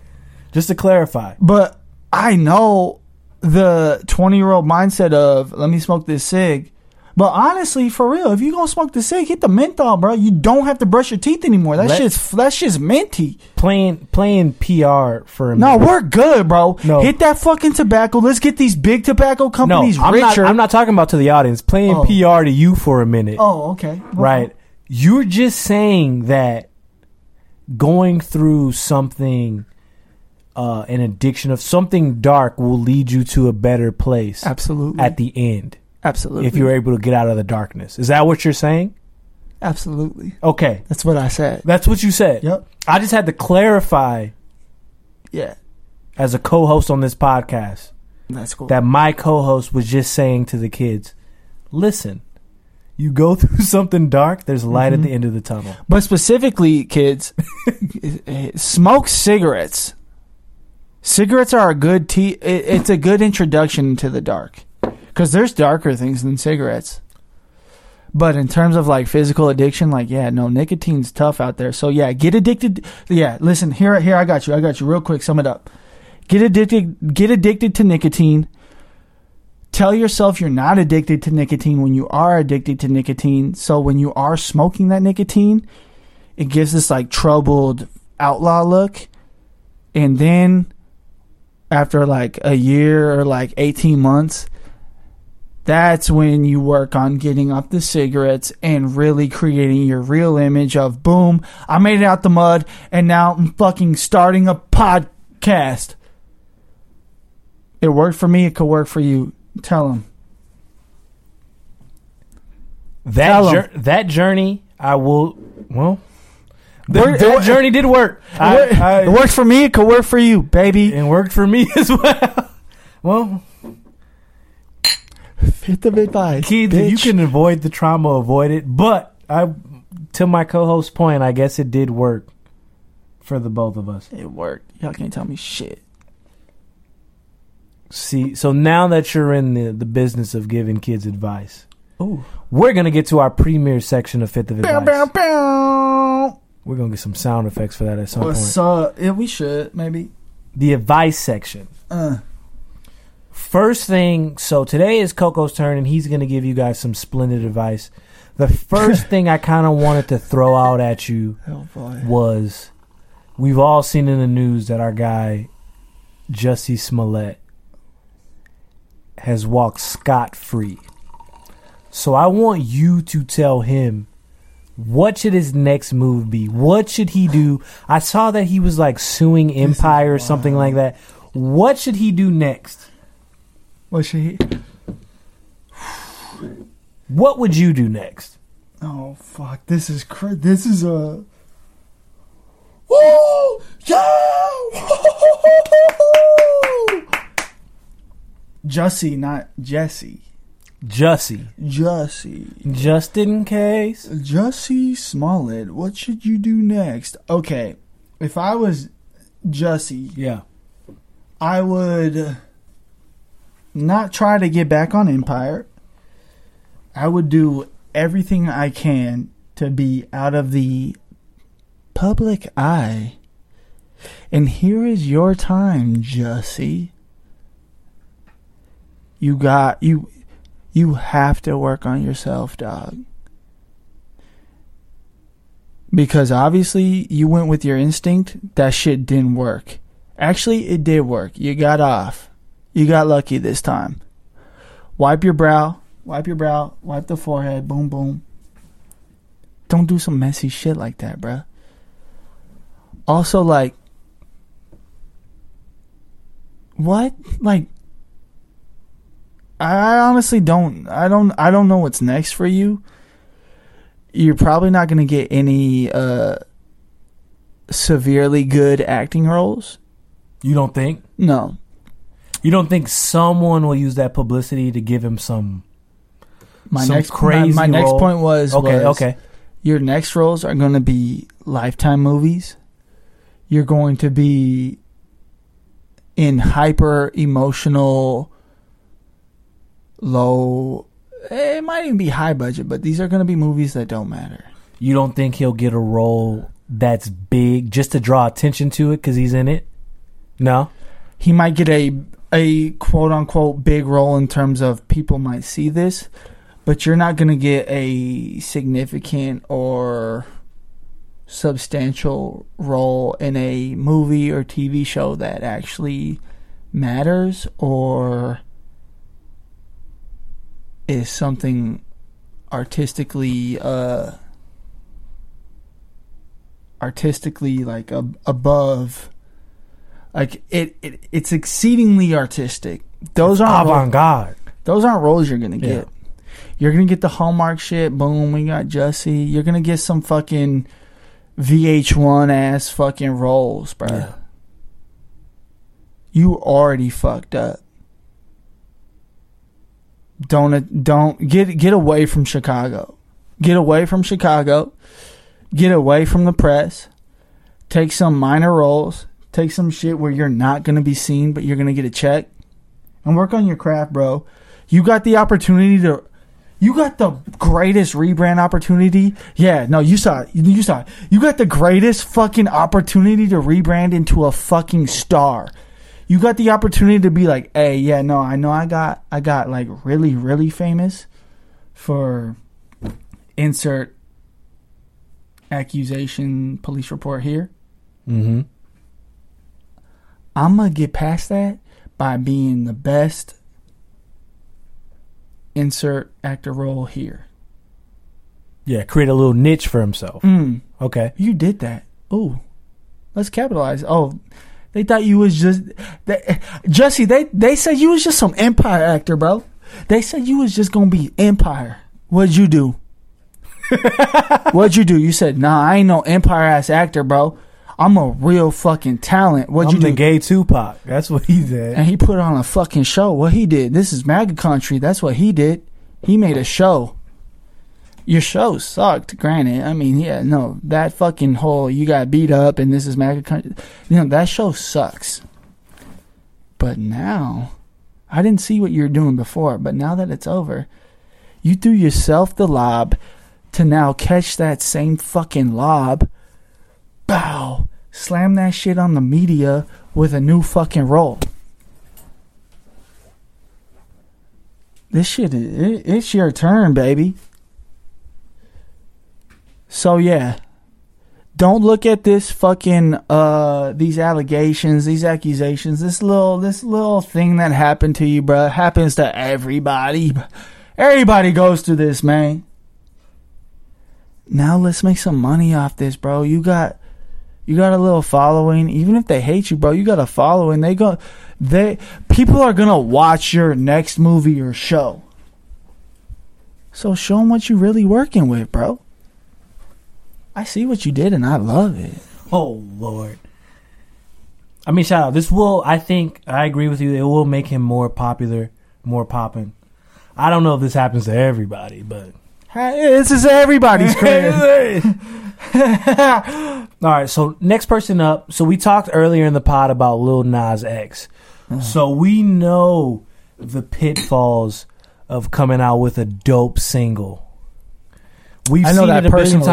Just to clarify.
but I know the 20 year old mindset of, let me smoke this cig. But honestly, for real, if you gonna smoke the cig, hit the menthol, bro. You don't have to brush your teeth anymore. That
Let-
shit's that shit's minty.
Playing playing PR for a
No,
minute.
we're good, bro.
No.
Hit that fucking tobacco. Let's get these big tobacco
no.
companies
I'm not.
richer.
I'm not talking about to the audience. Playing
Oh.
PR to you for a minute.
Oh, okay. Well,
Right. You're just saying that going through something, uh, an addiction of something dark will lead you to a better place
Absolutely.
at the end
absolutely.
if you're able to get out of the darkness. Is that what you're saying?
absolutely.
Okay.
That's what I said.
That's what you said.
Yep.
I just had to clarify
Yeah.
as a co host on this podcast
That's cool.
that my co host was just saying to the kids listen, you go through something dark, there's light
Mhm.
at the end of the tunnel.
but specifically, kids, smoke cigarettes. Cigarettes are a good tea. It, it's a good introduction to the dark, because there's darker things than cigarettes. But in terms of like physical addiction, like yeah, no, nicotine's tough out there. So yeah, get addicted. Yeah, listen here, here I got you, I got you. Real quick, sum it up. Get addicted. Get addicted to nicotine. Tell yourself you're not addicted to nicotine when you are addicted to nicotine. So when you are smoking that nicotine, it gives this like troubled outlaw look. And then after like a year or like 18 months, that's when you work on getting up the cigarettes and really creating your real image of boom, I made it out the mud and now I'm fucking starting a podcast. It worked for me, it could work for you. Tell them.
That
Tell 'em.
jour- that journey, I will. Well, the,
Work-
that
it-
journey did work.
it, wor-
I,
it worked for me, it could work for you, baby.
it worked for me as well. Well,
Hit the advice.
kids, if you can avoid the trauma, avoid it. But I, to my co-host's point, I guess it did work for the both of us.
It worked. Y'all can't tell me shit.
See, so now that you're in the the business of giving kids advice,
Ooh.
we're gonna get to our premier section of Fifth of
Bow,
Advice.
bow, bow.
We're gonna get some sound effects for that at some
What's
point.
up? Yeah, we should, maybe.
The advice section.
Uh,
First thing, so today is Coco's turn, and he's going to give you guys some splendid advice. The first thing I kind of wanted to throw out at you
oh, boy.
was we've all seen in the news that our guy, Jussie Smollett, has walked scot free. So I want you to tell him what should his next move be? What should he do? I saw that he was like suing Empire or something like that. What should he do next?
What should he?
What would you do next?
Oh, fuck. This is cr- This is a. Woo! Yeah! Jussie, not Jesse.
Jussie.
Jussie.
Just in case.
Jussie Smollett, what should you do next? Okay, if I was Jussie,
Yeah.
I would not try to get back on Empire. I would do everything I can to be out of the public eye. And here is your time, Jussie. You got you you have to work on yourself, dog. Because obviously you went with your instinct, that shit didn't work. Actually, it did work. You got off. You got lucky this time. Wipe your brow. Wipe your brow. Wipe the forehead. Boom, boom. Don't do some messy shit like that, bruh. Also, like, what? Like, I honestly don't. I don't. I don't know what's next for you. You're probably not gonna get any uh, severely good acting roles.
You don't think?
No.
You don't think someone will use that publicity to give him some.
My
Some
next
crazy
my, my next
role.
point was
Okay,
was
okay.
Your next roles are going to be lifetime movies. You're going to be in hyper emotional, low. It might even be high budget, but these are going to be movies that don't matter.
You don't think he'll get a role that's big just to draw attention to it because he's in it? No?
he might get a a quote unquote big role in terms of people might see this, but you're not going to get a significant or substantial role in a movie or TV show that actually matters or is something artistically uh artistically like ab- above like it, it it's exceedingly artistic those aren't roles-
Avant garde.
those aren't roles you're gonna
Yeah.
get. You're gonna get the Hallmark shit. Boom, we got Jussie. You're gonna get some fucking VH1 ass fucking roles, bro.
Yeah.
You already fucked up. Don't don't get get away from Chicago. Get away from Chicago. Get away from the press. Take some minor roles. Take some shit where you're not gonna be seen, but you're gonna get a check. And work on your craft, bro. You got the opportunity to. You got the greatest rebrand opportunity. Yeah, no, you saw it. You- You saw it. You got the greatest fucking opportunity to rebrand into a fucking star. You got the opportunity to be like, hey, yeah, no, I know I got, I got like really, really famous for insert accusation police report here.
Mm-hmm.
I'm gonna get past that by being the best insert actor role here.
Yeah, create a little niche for himself.
Mm,
Okay.
you did that. Ooh, let's capitalize. Oh, they thought you was just they, Jesse. They they said you was just some Empire actor, bro. They said you was just gonna be Empire. What'd you do? What'd you do? You said, nah, I ain't no Empire ass actor, bro. I'm a real fucking talent. What'd
I'm
you
the
do?
gay Tupac. That's what he said.
and he put on a fucking show. What he did, this is MAGA country. That's what he did. He made a show. Your show sucked, granted. I mean, yeah, no, that fucking whole you got beat up and this is MAGA country. You know that show sucks. But now, I didn't see what you were doing before. But now that it's over, you threw yourself the lob to now catch that same fucking lob. Bow. Slam that shit on the media with a new fucking roll. This shit, i- it, it's your turn, baby. So yeah, don't look at this fucking uh these allegations, these accusations, this little this little thing that happened to you, bruh, happens to everybody. Everybody goes through this, man. Now let's make some money off this, bro. You got you got a little following. Even if they hate you, bro, you got a following. They go they people are gonna watch your next movie or show. So show them what you really working with, bro. I see what you did and I love it.
Oh Lord. I mean, shout out. This will, I think, I agree with you. It will make him more popular, more popping. I don't know if this happens to everybody, but
Hey, this is everybody's career.
All right, so next person up. So we talked earlier in the pod about Lil Nas X.
Uh-huh.
So we know the pitfalls of coming out with a dope single. We've
I know
seen
that
it a billion
personally.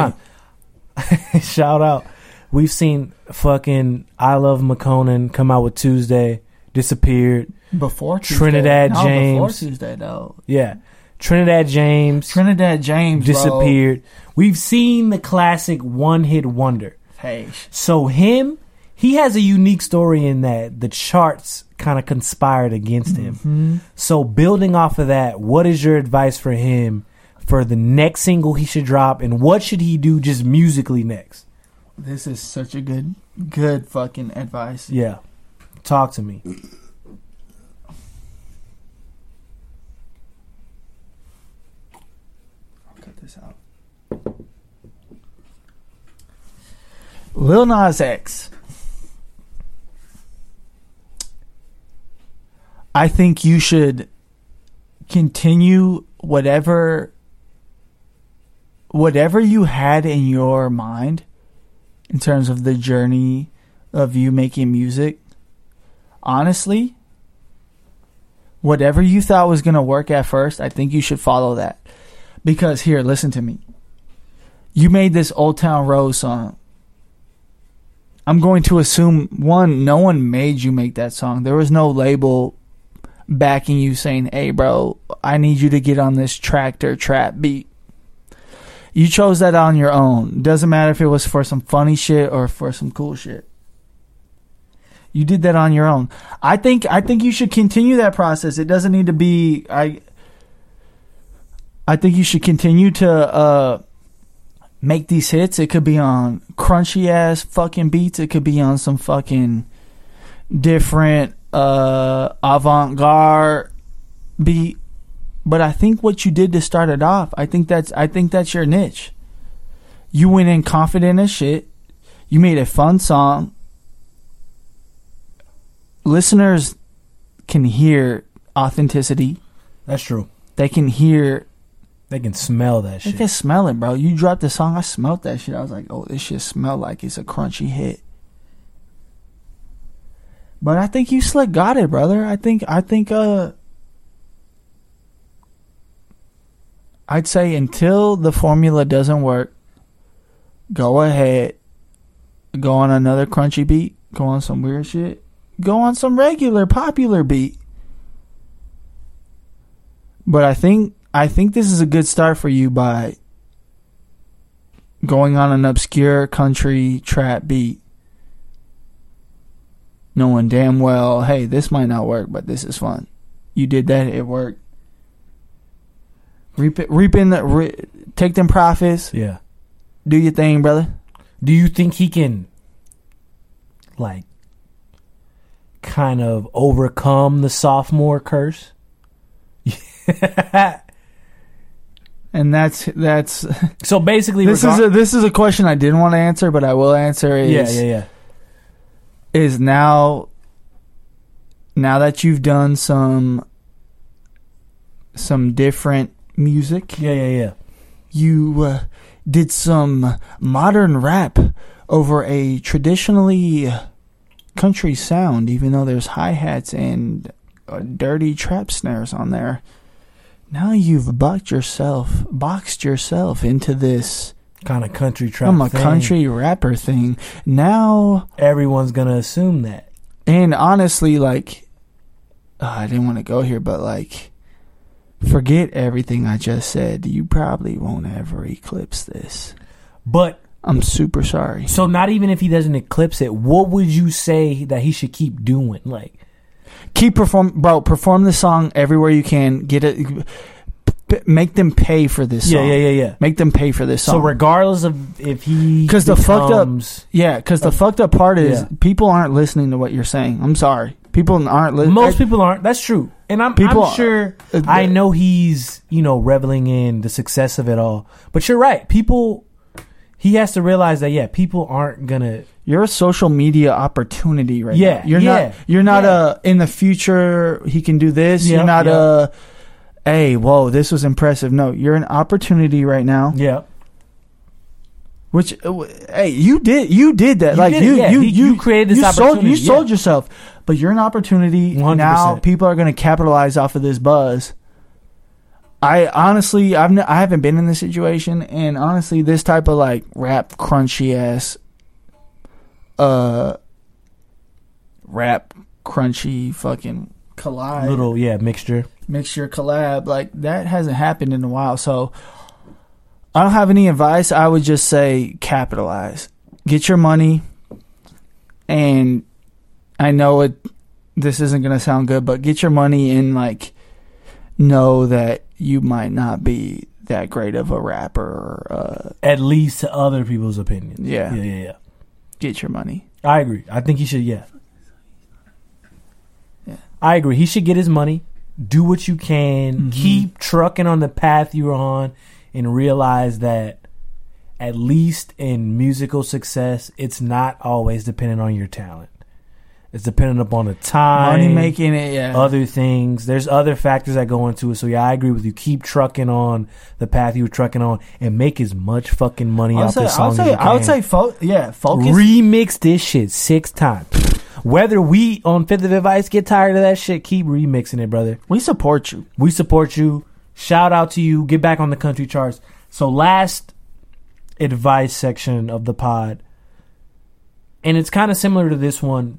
times. Shout out. We've seen fucking I Love McConan come out with Tuesday, disappeared.
Before Tuesday.
Trinidad
No, Before
James.
Tuesday though.
Yeah. Trinidad James
Trinidad James bro.
disappeared. We've seen the classic one hit wonder.
Hey, sh-
So him, he has a unique story in that the charts kind of conspired against him.
Mm-hmm. Hmm?
So building off of that, what is your advice for him for the next single he should drop, and what should he do just musically next?
this is such a good good fucking advice.
Yeah, talk to me.
cut this out. Lil Nas X. I think you should continue whatever whatever you had in your mind in terms of the journey of you making music. Honestly, whatever you thought was going to work at first, I think you should follow that. Because here, listen to me. You made this Old Town Road song. I'm going to assume one, no one made you make that song. There was no label backing you, saying, "Hey, bro, I need you to get on this tractor trap beat." You chose that on your own. Doesn't matter if it was for some funny shit or for some cool shit. You did that on your own. I think I think you should continue that process. It doesn't need to be I I think you should continue to uh make these hits. It could be on crunchy ass fucking beats. It could be on some fucking different uh avant garde beat. But I think what you did to start it off, I think that's I think that's your niche. You went in confident as shit. You made a fun song. Listeners can hear authenticity.
That's true.
They can hear
They can smell that
I
shit.
can smell it, bro. You dropped the song, I smelled that shit. I was like, oh, this shit smell like it's a crunchy hit. But I think you slick got it, brother. I think I think uh I'd say until the formula doesn't work, go ahead, go on another crunchy beat, go on some weird shit, go on some regular popular beat. But I think I think this is a good start for you by going on an obscure country trap beat. Knowing damn well, hey, this might not work, but this is fun. You did that, it worked. Reap, it- reap in the, re, take them profits,
Yeah.
do your thing, brother.
Do you think he can, like, kind of overcome the sophomore curse?
And that's that's
so basically,
this is a, this is a question I didn't want to answer, but I will answer. Is,
yeah, yeah, yeah.
is now now that you've done some some different music
Yeah, yeah, yeah.
you uh, did some modern rap over a traditionally country sound even though there's hi-hats and uh, dirty trap snares on there now you've bucked yourself boxed yourself into this
Kind of country trap.
i'm a
thing.
country rapper thing now
Everyone's gonna assume that.
and honestly, like, uh, I didn't want to go here, but like, forget everything I just said. You probably won't ever eclipse this.
But
I'm super sorry.
so, not even if he doesn't eclipse it, what would you say that he should keep doing? Like,
Keep perform, bro. Perform the song everywhere you can. Get it. p- Make them pay for this song.
yeah, yeah, yeah, yeah.
Make them pay for this
So
song.
regardless of if he
'Cause the fucked up-
becomes-
yeah, because the fucked up part is
Oh. yeah.
people aren't listening to what you're saying. I'm sorry. People aren't listening.
most people aren't. That's true, and I'm,
People
I'm
are-
sure.
uh,
I know he's you know reveling in the success of it all, but you're right. People, he has to realize that yeah, people aren't gonna
You're a social media opportunity right
Yeah,
now. You're
yeah,
not you're not
yeah.
uh in the future he can do this.
Yeah,
you're not
yeah.
uh hey, whoa, this was impressive. No, you're an opportunity right now.
yeah.
Which uh, w- hey, you did you did that.
You
like
did it,
you,
yeah.
you,
He-
you
you created this
you Sold, you
opportunity, yeah.
sold yourself. But you're an opportunity.
100%.
Now people are going to capitalize off of this buzz. I honestly I've n- I haven't been in this situation and honestly this type of like rap crunchy ass uh rap crunchy fucking collide
Little yeah mixture.
mixture collab like that hasn't happened in a while so i don't have any advice i would just say capitalize get your money and i know it this isn't going to sound good but get your money and like know that you might not be that great of a rapper or, uh,
At least to other people's opinions.
Yeah.
yeah, yeah, yeah.
get your money
I agree. I think he should. Yeah.
Yeah.
I agree. He should get his money. Do what you can.
Mm-hmm.
Keep trucking on the path you're on, and realize that at least in musical success, it's not always dependent on your talent. It's dependent upon the time,
money making it yeah
other things. There's other factors that go into it. So yeah, I agree with you. Keep trucking on the path you were trucking on, and make as much fucking money
I would
off
say,
this song.
I would
as
say,
you
I would
can
say fo- yeah, focus.
remix this shit six times. Whether we on Fifth of Advice get tired of that shit, keep remixing it, brother.
we support you.
We support you. Shout out to you. Get back on the country charts. So last advice section of the pod, and it's kind of similar to this one.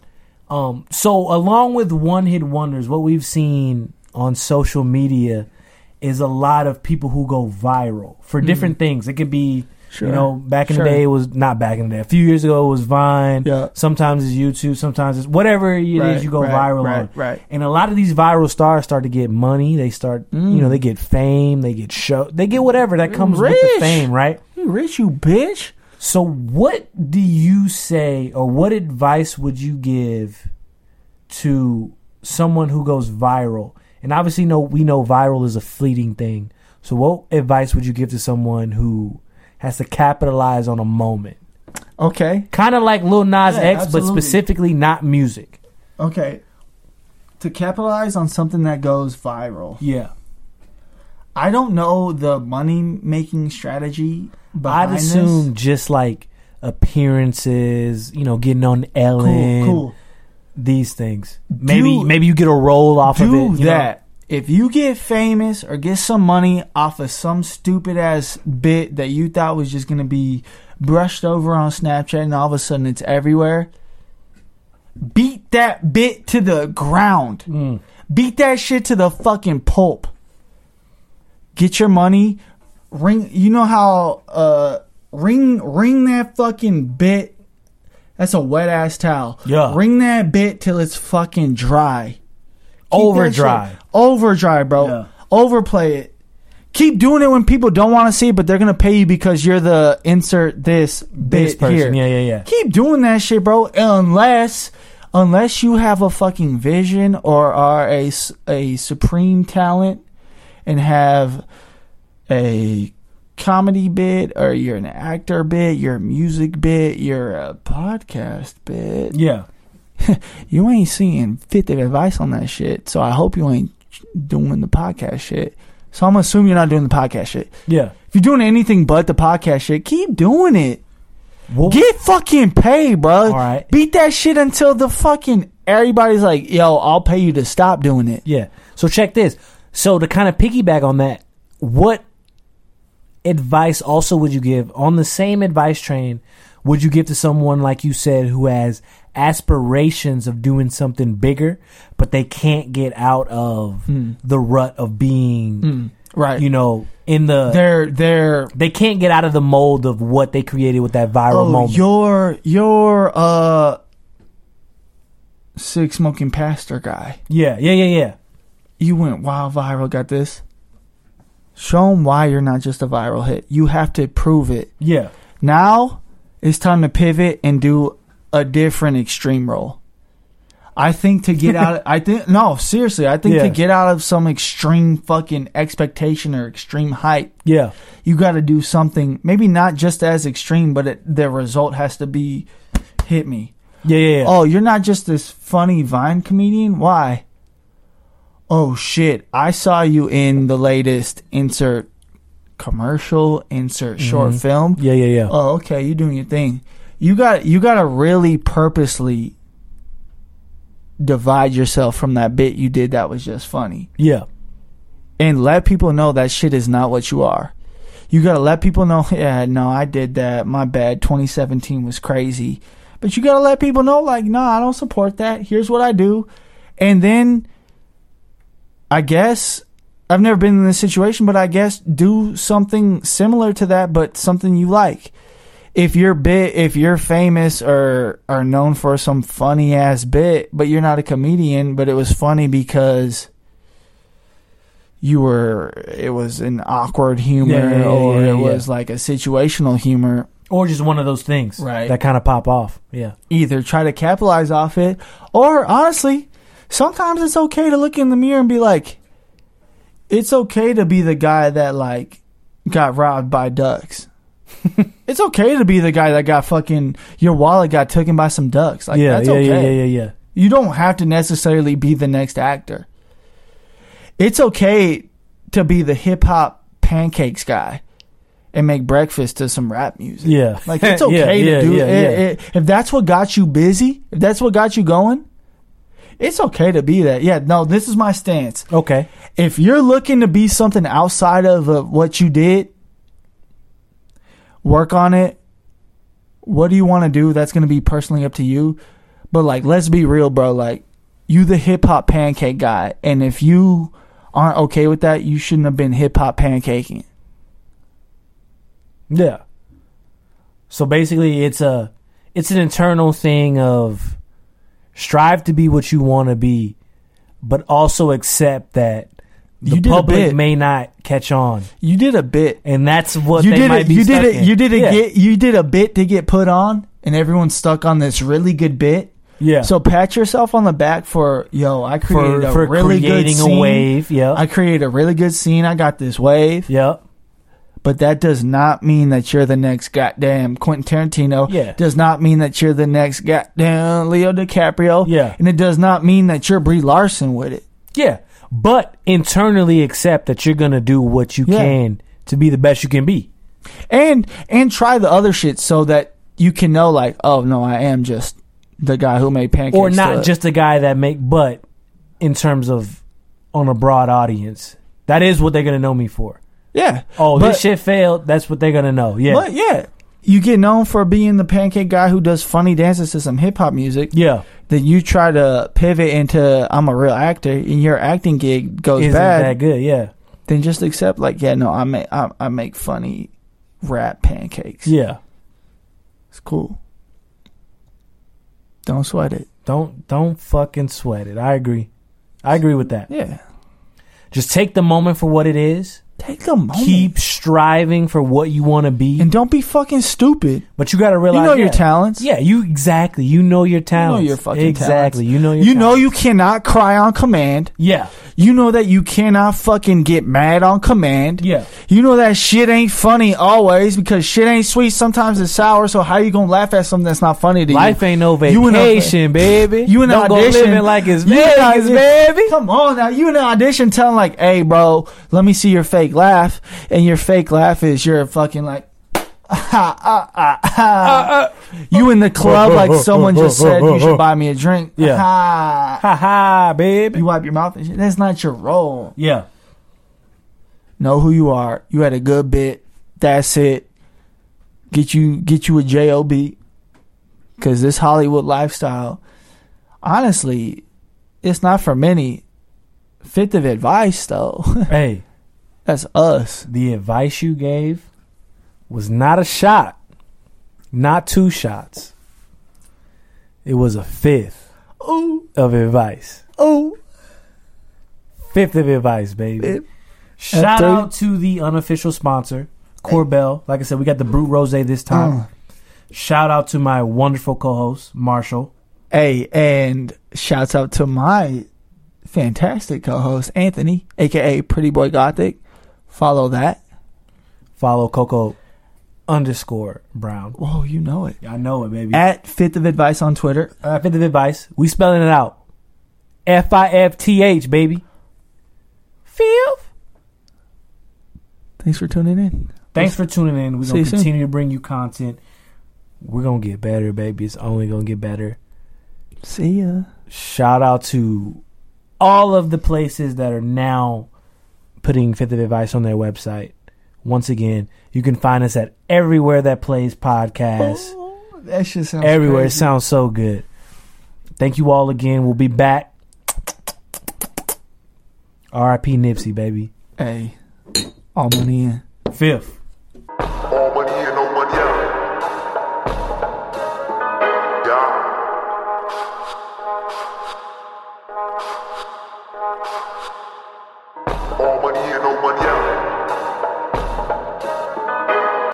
Um, so along with one hit wonders, what we've seen on social media is a lot of people who go viral for different things. It could be
Sure.
you know, back in
Sure.
the day it was not back in the day. A few years ago it was Vine.
Yeah.
Sometimes it's YouTube, sometimes it's whatever it is
Right,
you go
right,
viral
right,
on.
right.
And a lot of these viral stars start to get money. They start you
Mm.
know, they get fame, they get show they get whatever that comes with
Rich.
the fame, right?
You rich, you bitch.
So, what do you say, or what advice would you give to someone who goes viral? And obviously, no, we know viral is a fleeting thing. So, what advice would you give to someone who has to capitalize on a moment,
Okay,
kind of like Lil Nas
Yeah,
X,
absolutely.
but specifically not music?
okay. To capitalize on something that goes viral,
Yeah,
I don't know the money making strategy behind
I'd assume just like appearances, you know, getting on
this.
Ellen,
Cool, cool.
these things. Maybe,
Do-
maybe you get a roll off of it.
Do
you know?
that. If you get famous or get some money off of some stupid ass bit that you thought was just gonna be brushed over on Snapchat and all of a sudden it's everywhere, beat that bit to the ground.
Mm.
Beat that shit to the fucking pulp. Get your money. Ring you know how uh ring ring that fucking bit. That's a wet ass towel.
Yeah.
Ring that bit till it's fucking dry. Keep that
Overdrive.
shit- Overdrive, bro.
Yeah.
Overplay it. Keep doing it when people don't want to see it, but they're gonna pay you because you're the insert this
This
bit
person.
here.
Yeah, yeah, yeah.
Keep doing that shit, bro. Unless, unless you have a fucking vision or are a s- a supreme talent and have a comedy bit or you're an actor bit, you're a music bit, you're a podcast bit.
Yeah.
You ain't seeing fifth of advice on that shit. So I hope you ain't doing the podcast shit. So I'm gonna assume you're not doing the podcast shit.
Yeah.
If you're doing anything but the podcast shit, keep doing it.
Well,
Get fucking paid, bro.
All right.
Beat that shit until the fucking everybody's like, yo, I'll pay you to stop doing it.
yeah. So check this. So to kind of piggyback on that, what advice also would you give on the same advice train? Would you give to someone like you said who has aspirations of doing something bigger, but they can't get out of the rut of being,
Mm, Right.
Hmm. you know, in the
they're they're
they can't get out of the mold of what they created with that viral
oh,
moment.
your your uh sick smoking pastor guy.
Yeah, yeah, yeah, yeah.
You went wild viral, got this. Show them why you're not just a viral hit. You have to prove it.
Yeah.
Now it's time to pivot and do a different extreme role. I think to get out, I think no, seriously, I think
Yeah.
to get out of some extreme fucking expectation or extreme hype,
Yeah.
you got to do something. Maybe not just as extreme, but it, the result has to be hit me.
Yeah, yeah, yeah.
Oh, you're not just this funny Vine comedian. Why? Oh shit! I saw you in the latest insert commercial, insert short film
Yeah, yeah, yeah.
oh okay you're doing your thing you got you got to really purposely divide yourself from that bit you did that was just funny
yeah.
and let people know that shit is not what you are you got to let people know yeah no i did that my bad 2017 was crazy but you got to let people know like no i don't support that here's what i do and then i guess i've never been in this situation but i guess do something similar to that but something you like if you're bit if you're famous or are known for some funny ass bit but you're not a comedian but it was funny because you were it was an awkward humor
Yeah, yeah, yeah,
or
yeah,
it
yeah.
was like a situational humor
or just one of those things
Right.
that kind of pop off. Yeah,
either try to capitalize off it or honestly sometimes it's okay to look in the mirror and be like it's okay to be the guy that like got robbed by ducks it's okay to be the guy that got fucking your wallet got taken by some ducks like
yeah,
that's
yeah,
okay
yeah, yeah, yeah, yeah.
you don't have to necessarily be the next actor it's okay to be the hip hop pancakes guy and make breakfast to some rap music
Yeah.
like it's
Yeah,
okay
yeah,
to do
yeah,
it,
yeah.
it- If that's what got you busy, if that's what got you going, it's okay to be that. Yeah, no, this is my stance.
Okay.
If you're looking to be something outside of uh, what you did, work on it. What do you want to do? That's going to be personally up to you. But like, let's be real, bro. Like, you the hip hop pancake guy, and if you aren't okay with that, you shouldn't have been hip hop pancaking.
Yeah. So basically, it's a it's an internal thing of strive to be what you want to be, but also accept that the
You did a
public
bit.
may not catch on,
You did a bit.
and that's what
you
they
did
might
it.
be
You
stuck
did it.
in.
You did it.
Yeah.
Get you did a bit to get put on, and everyone's stuck on this really good bit.
yeah.
So pat yourself on the back for yo. I created
for
a
for
really good
creating
scene.
a wave. Yeah.
I created a really good scene. I got this wave,
yeah.
but that does not mean that you're the next goddamn Quentin Tarantino.
Yeah.
Does not mean that you're the next goddamn Leo DiCaprio.
Yeah.
And it does not mean that you're Brie Larson with it.
Yeah. But internally accept that you're gonna do what you
Yeah.
can to be the best you can be.
and and try the other shit so that you can know like oh no i am just the guy who made pancakes
or not
to-
just a guy that make but in terms of on a broad audience that is what they're gonna know me for
yeah
oh
but,
this shit failed that's what they're gonna know yeah
but yeah you get known for being the pancake guy who does funny dances to some hip-hop music
yeah
then you try to pivot into i'm a real actor and your acting gig goes
isn't
bad
that good yeah
then just accept like yeah no i make I, I make funny rap pancakes
yeah
it's cool don't sweat it
don't don't fucking sweat it i agree i agree with that
yeah
just take the moment for what it is
take the moment
keep striving for what you want to be
and don't be fucking stupid
but you gotta
you
realize
know your
yeah.
talents
yeah you exactly you know your talent
your fucking
exactly
talents.
you know your
You know
talents.
you cannot cry on command.
yeah
You know that you cannot fucking get mad on command.
Yeah.
You know that shit ain't funny always because shit ain't sweet. Sometimes it's sour. So how you gonna laugh at something that's not funny to
Life
you?
ain't no
You in a-
vacation, baby.
You in an
Don't
audition
go living like it's
You in an
Vegas,
audition-
baby.
Come on now. You in an audition telling like, hey bro, let me see your fake laugh, and your fake laugh is you're fucking like. ah, ah, ah,
Uh,
ah. you in the club like someone just said you should buy me a drink.
Yeah.
Ah.
Ha ha, baby.
You wipe your mouth and shit. That's not your role.
Yeah,
Know who you are. You had a good bit. That's it. Get you get you a job. Cause this Hollywood lifestyle, honestly, it's not for many. Fifth of advice though.
hey,
That's us.
the advice you gave was not a shot, not two shots. It was a fifth
Ooh,
of advice.
ooh.
Fifth of advice, baby.
Fifth.
Shout
After-
out to the unofficial sponsor, Corbell. Like I said, we got the Brute Rose this time. Shout out to my wonderful co host, Marshall.
Hey, and shouts out to my fantastic co-host Anthony, aka Pretty Boy Gothic. Follow that.
Follow Coco underscore Brown.
Whoa, you know it.
I know it, baby.
At Fifth of Advice on Twitter.
uh, fifth of advice. We spelling it out. F I F T H, baby. Fifth.
Thanks for tuning in.
Thanks for tuning in. We're
See you
gonna
soon.
continue to bring you content. We're gonna get better, baby. It's only gonna get better.
See ya.
Shout out to all of the places that are now putting Fifth of Advice on their website. Once again, you can find us at everywhere that plays podcasts.
Oh, That shit sounds
everywhere. It
crazy.
sounds so good. Thank you all again. We'll be back. R.I.P. Nipsey, baby.
Hey, all money in.
Fifth.
All money in, no money out. Yeah. All money in, no money out.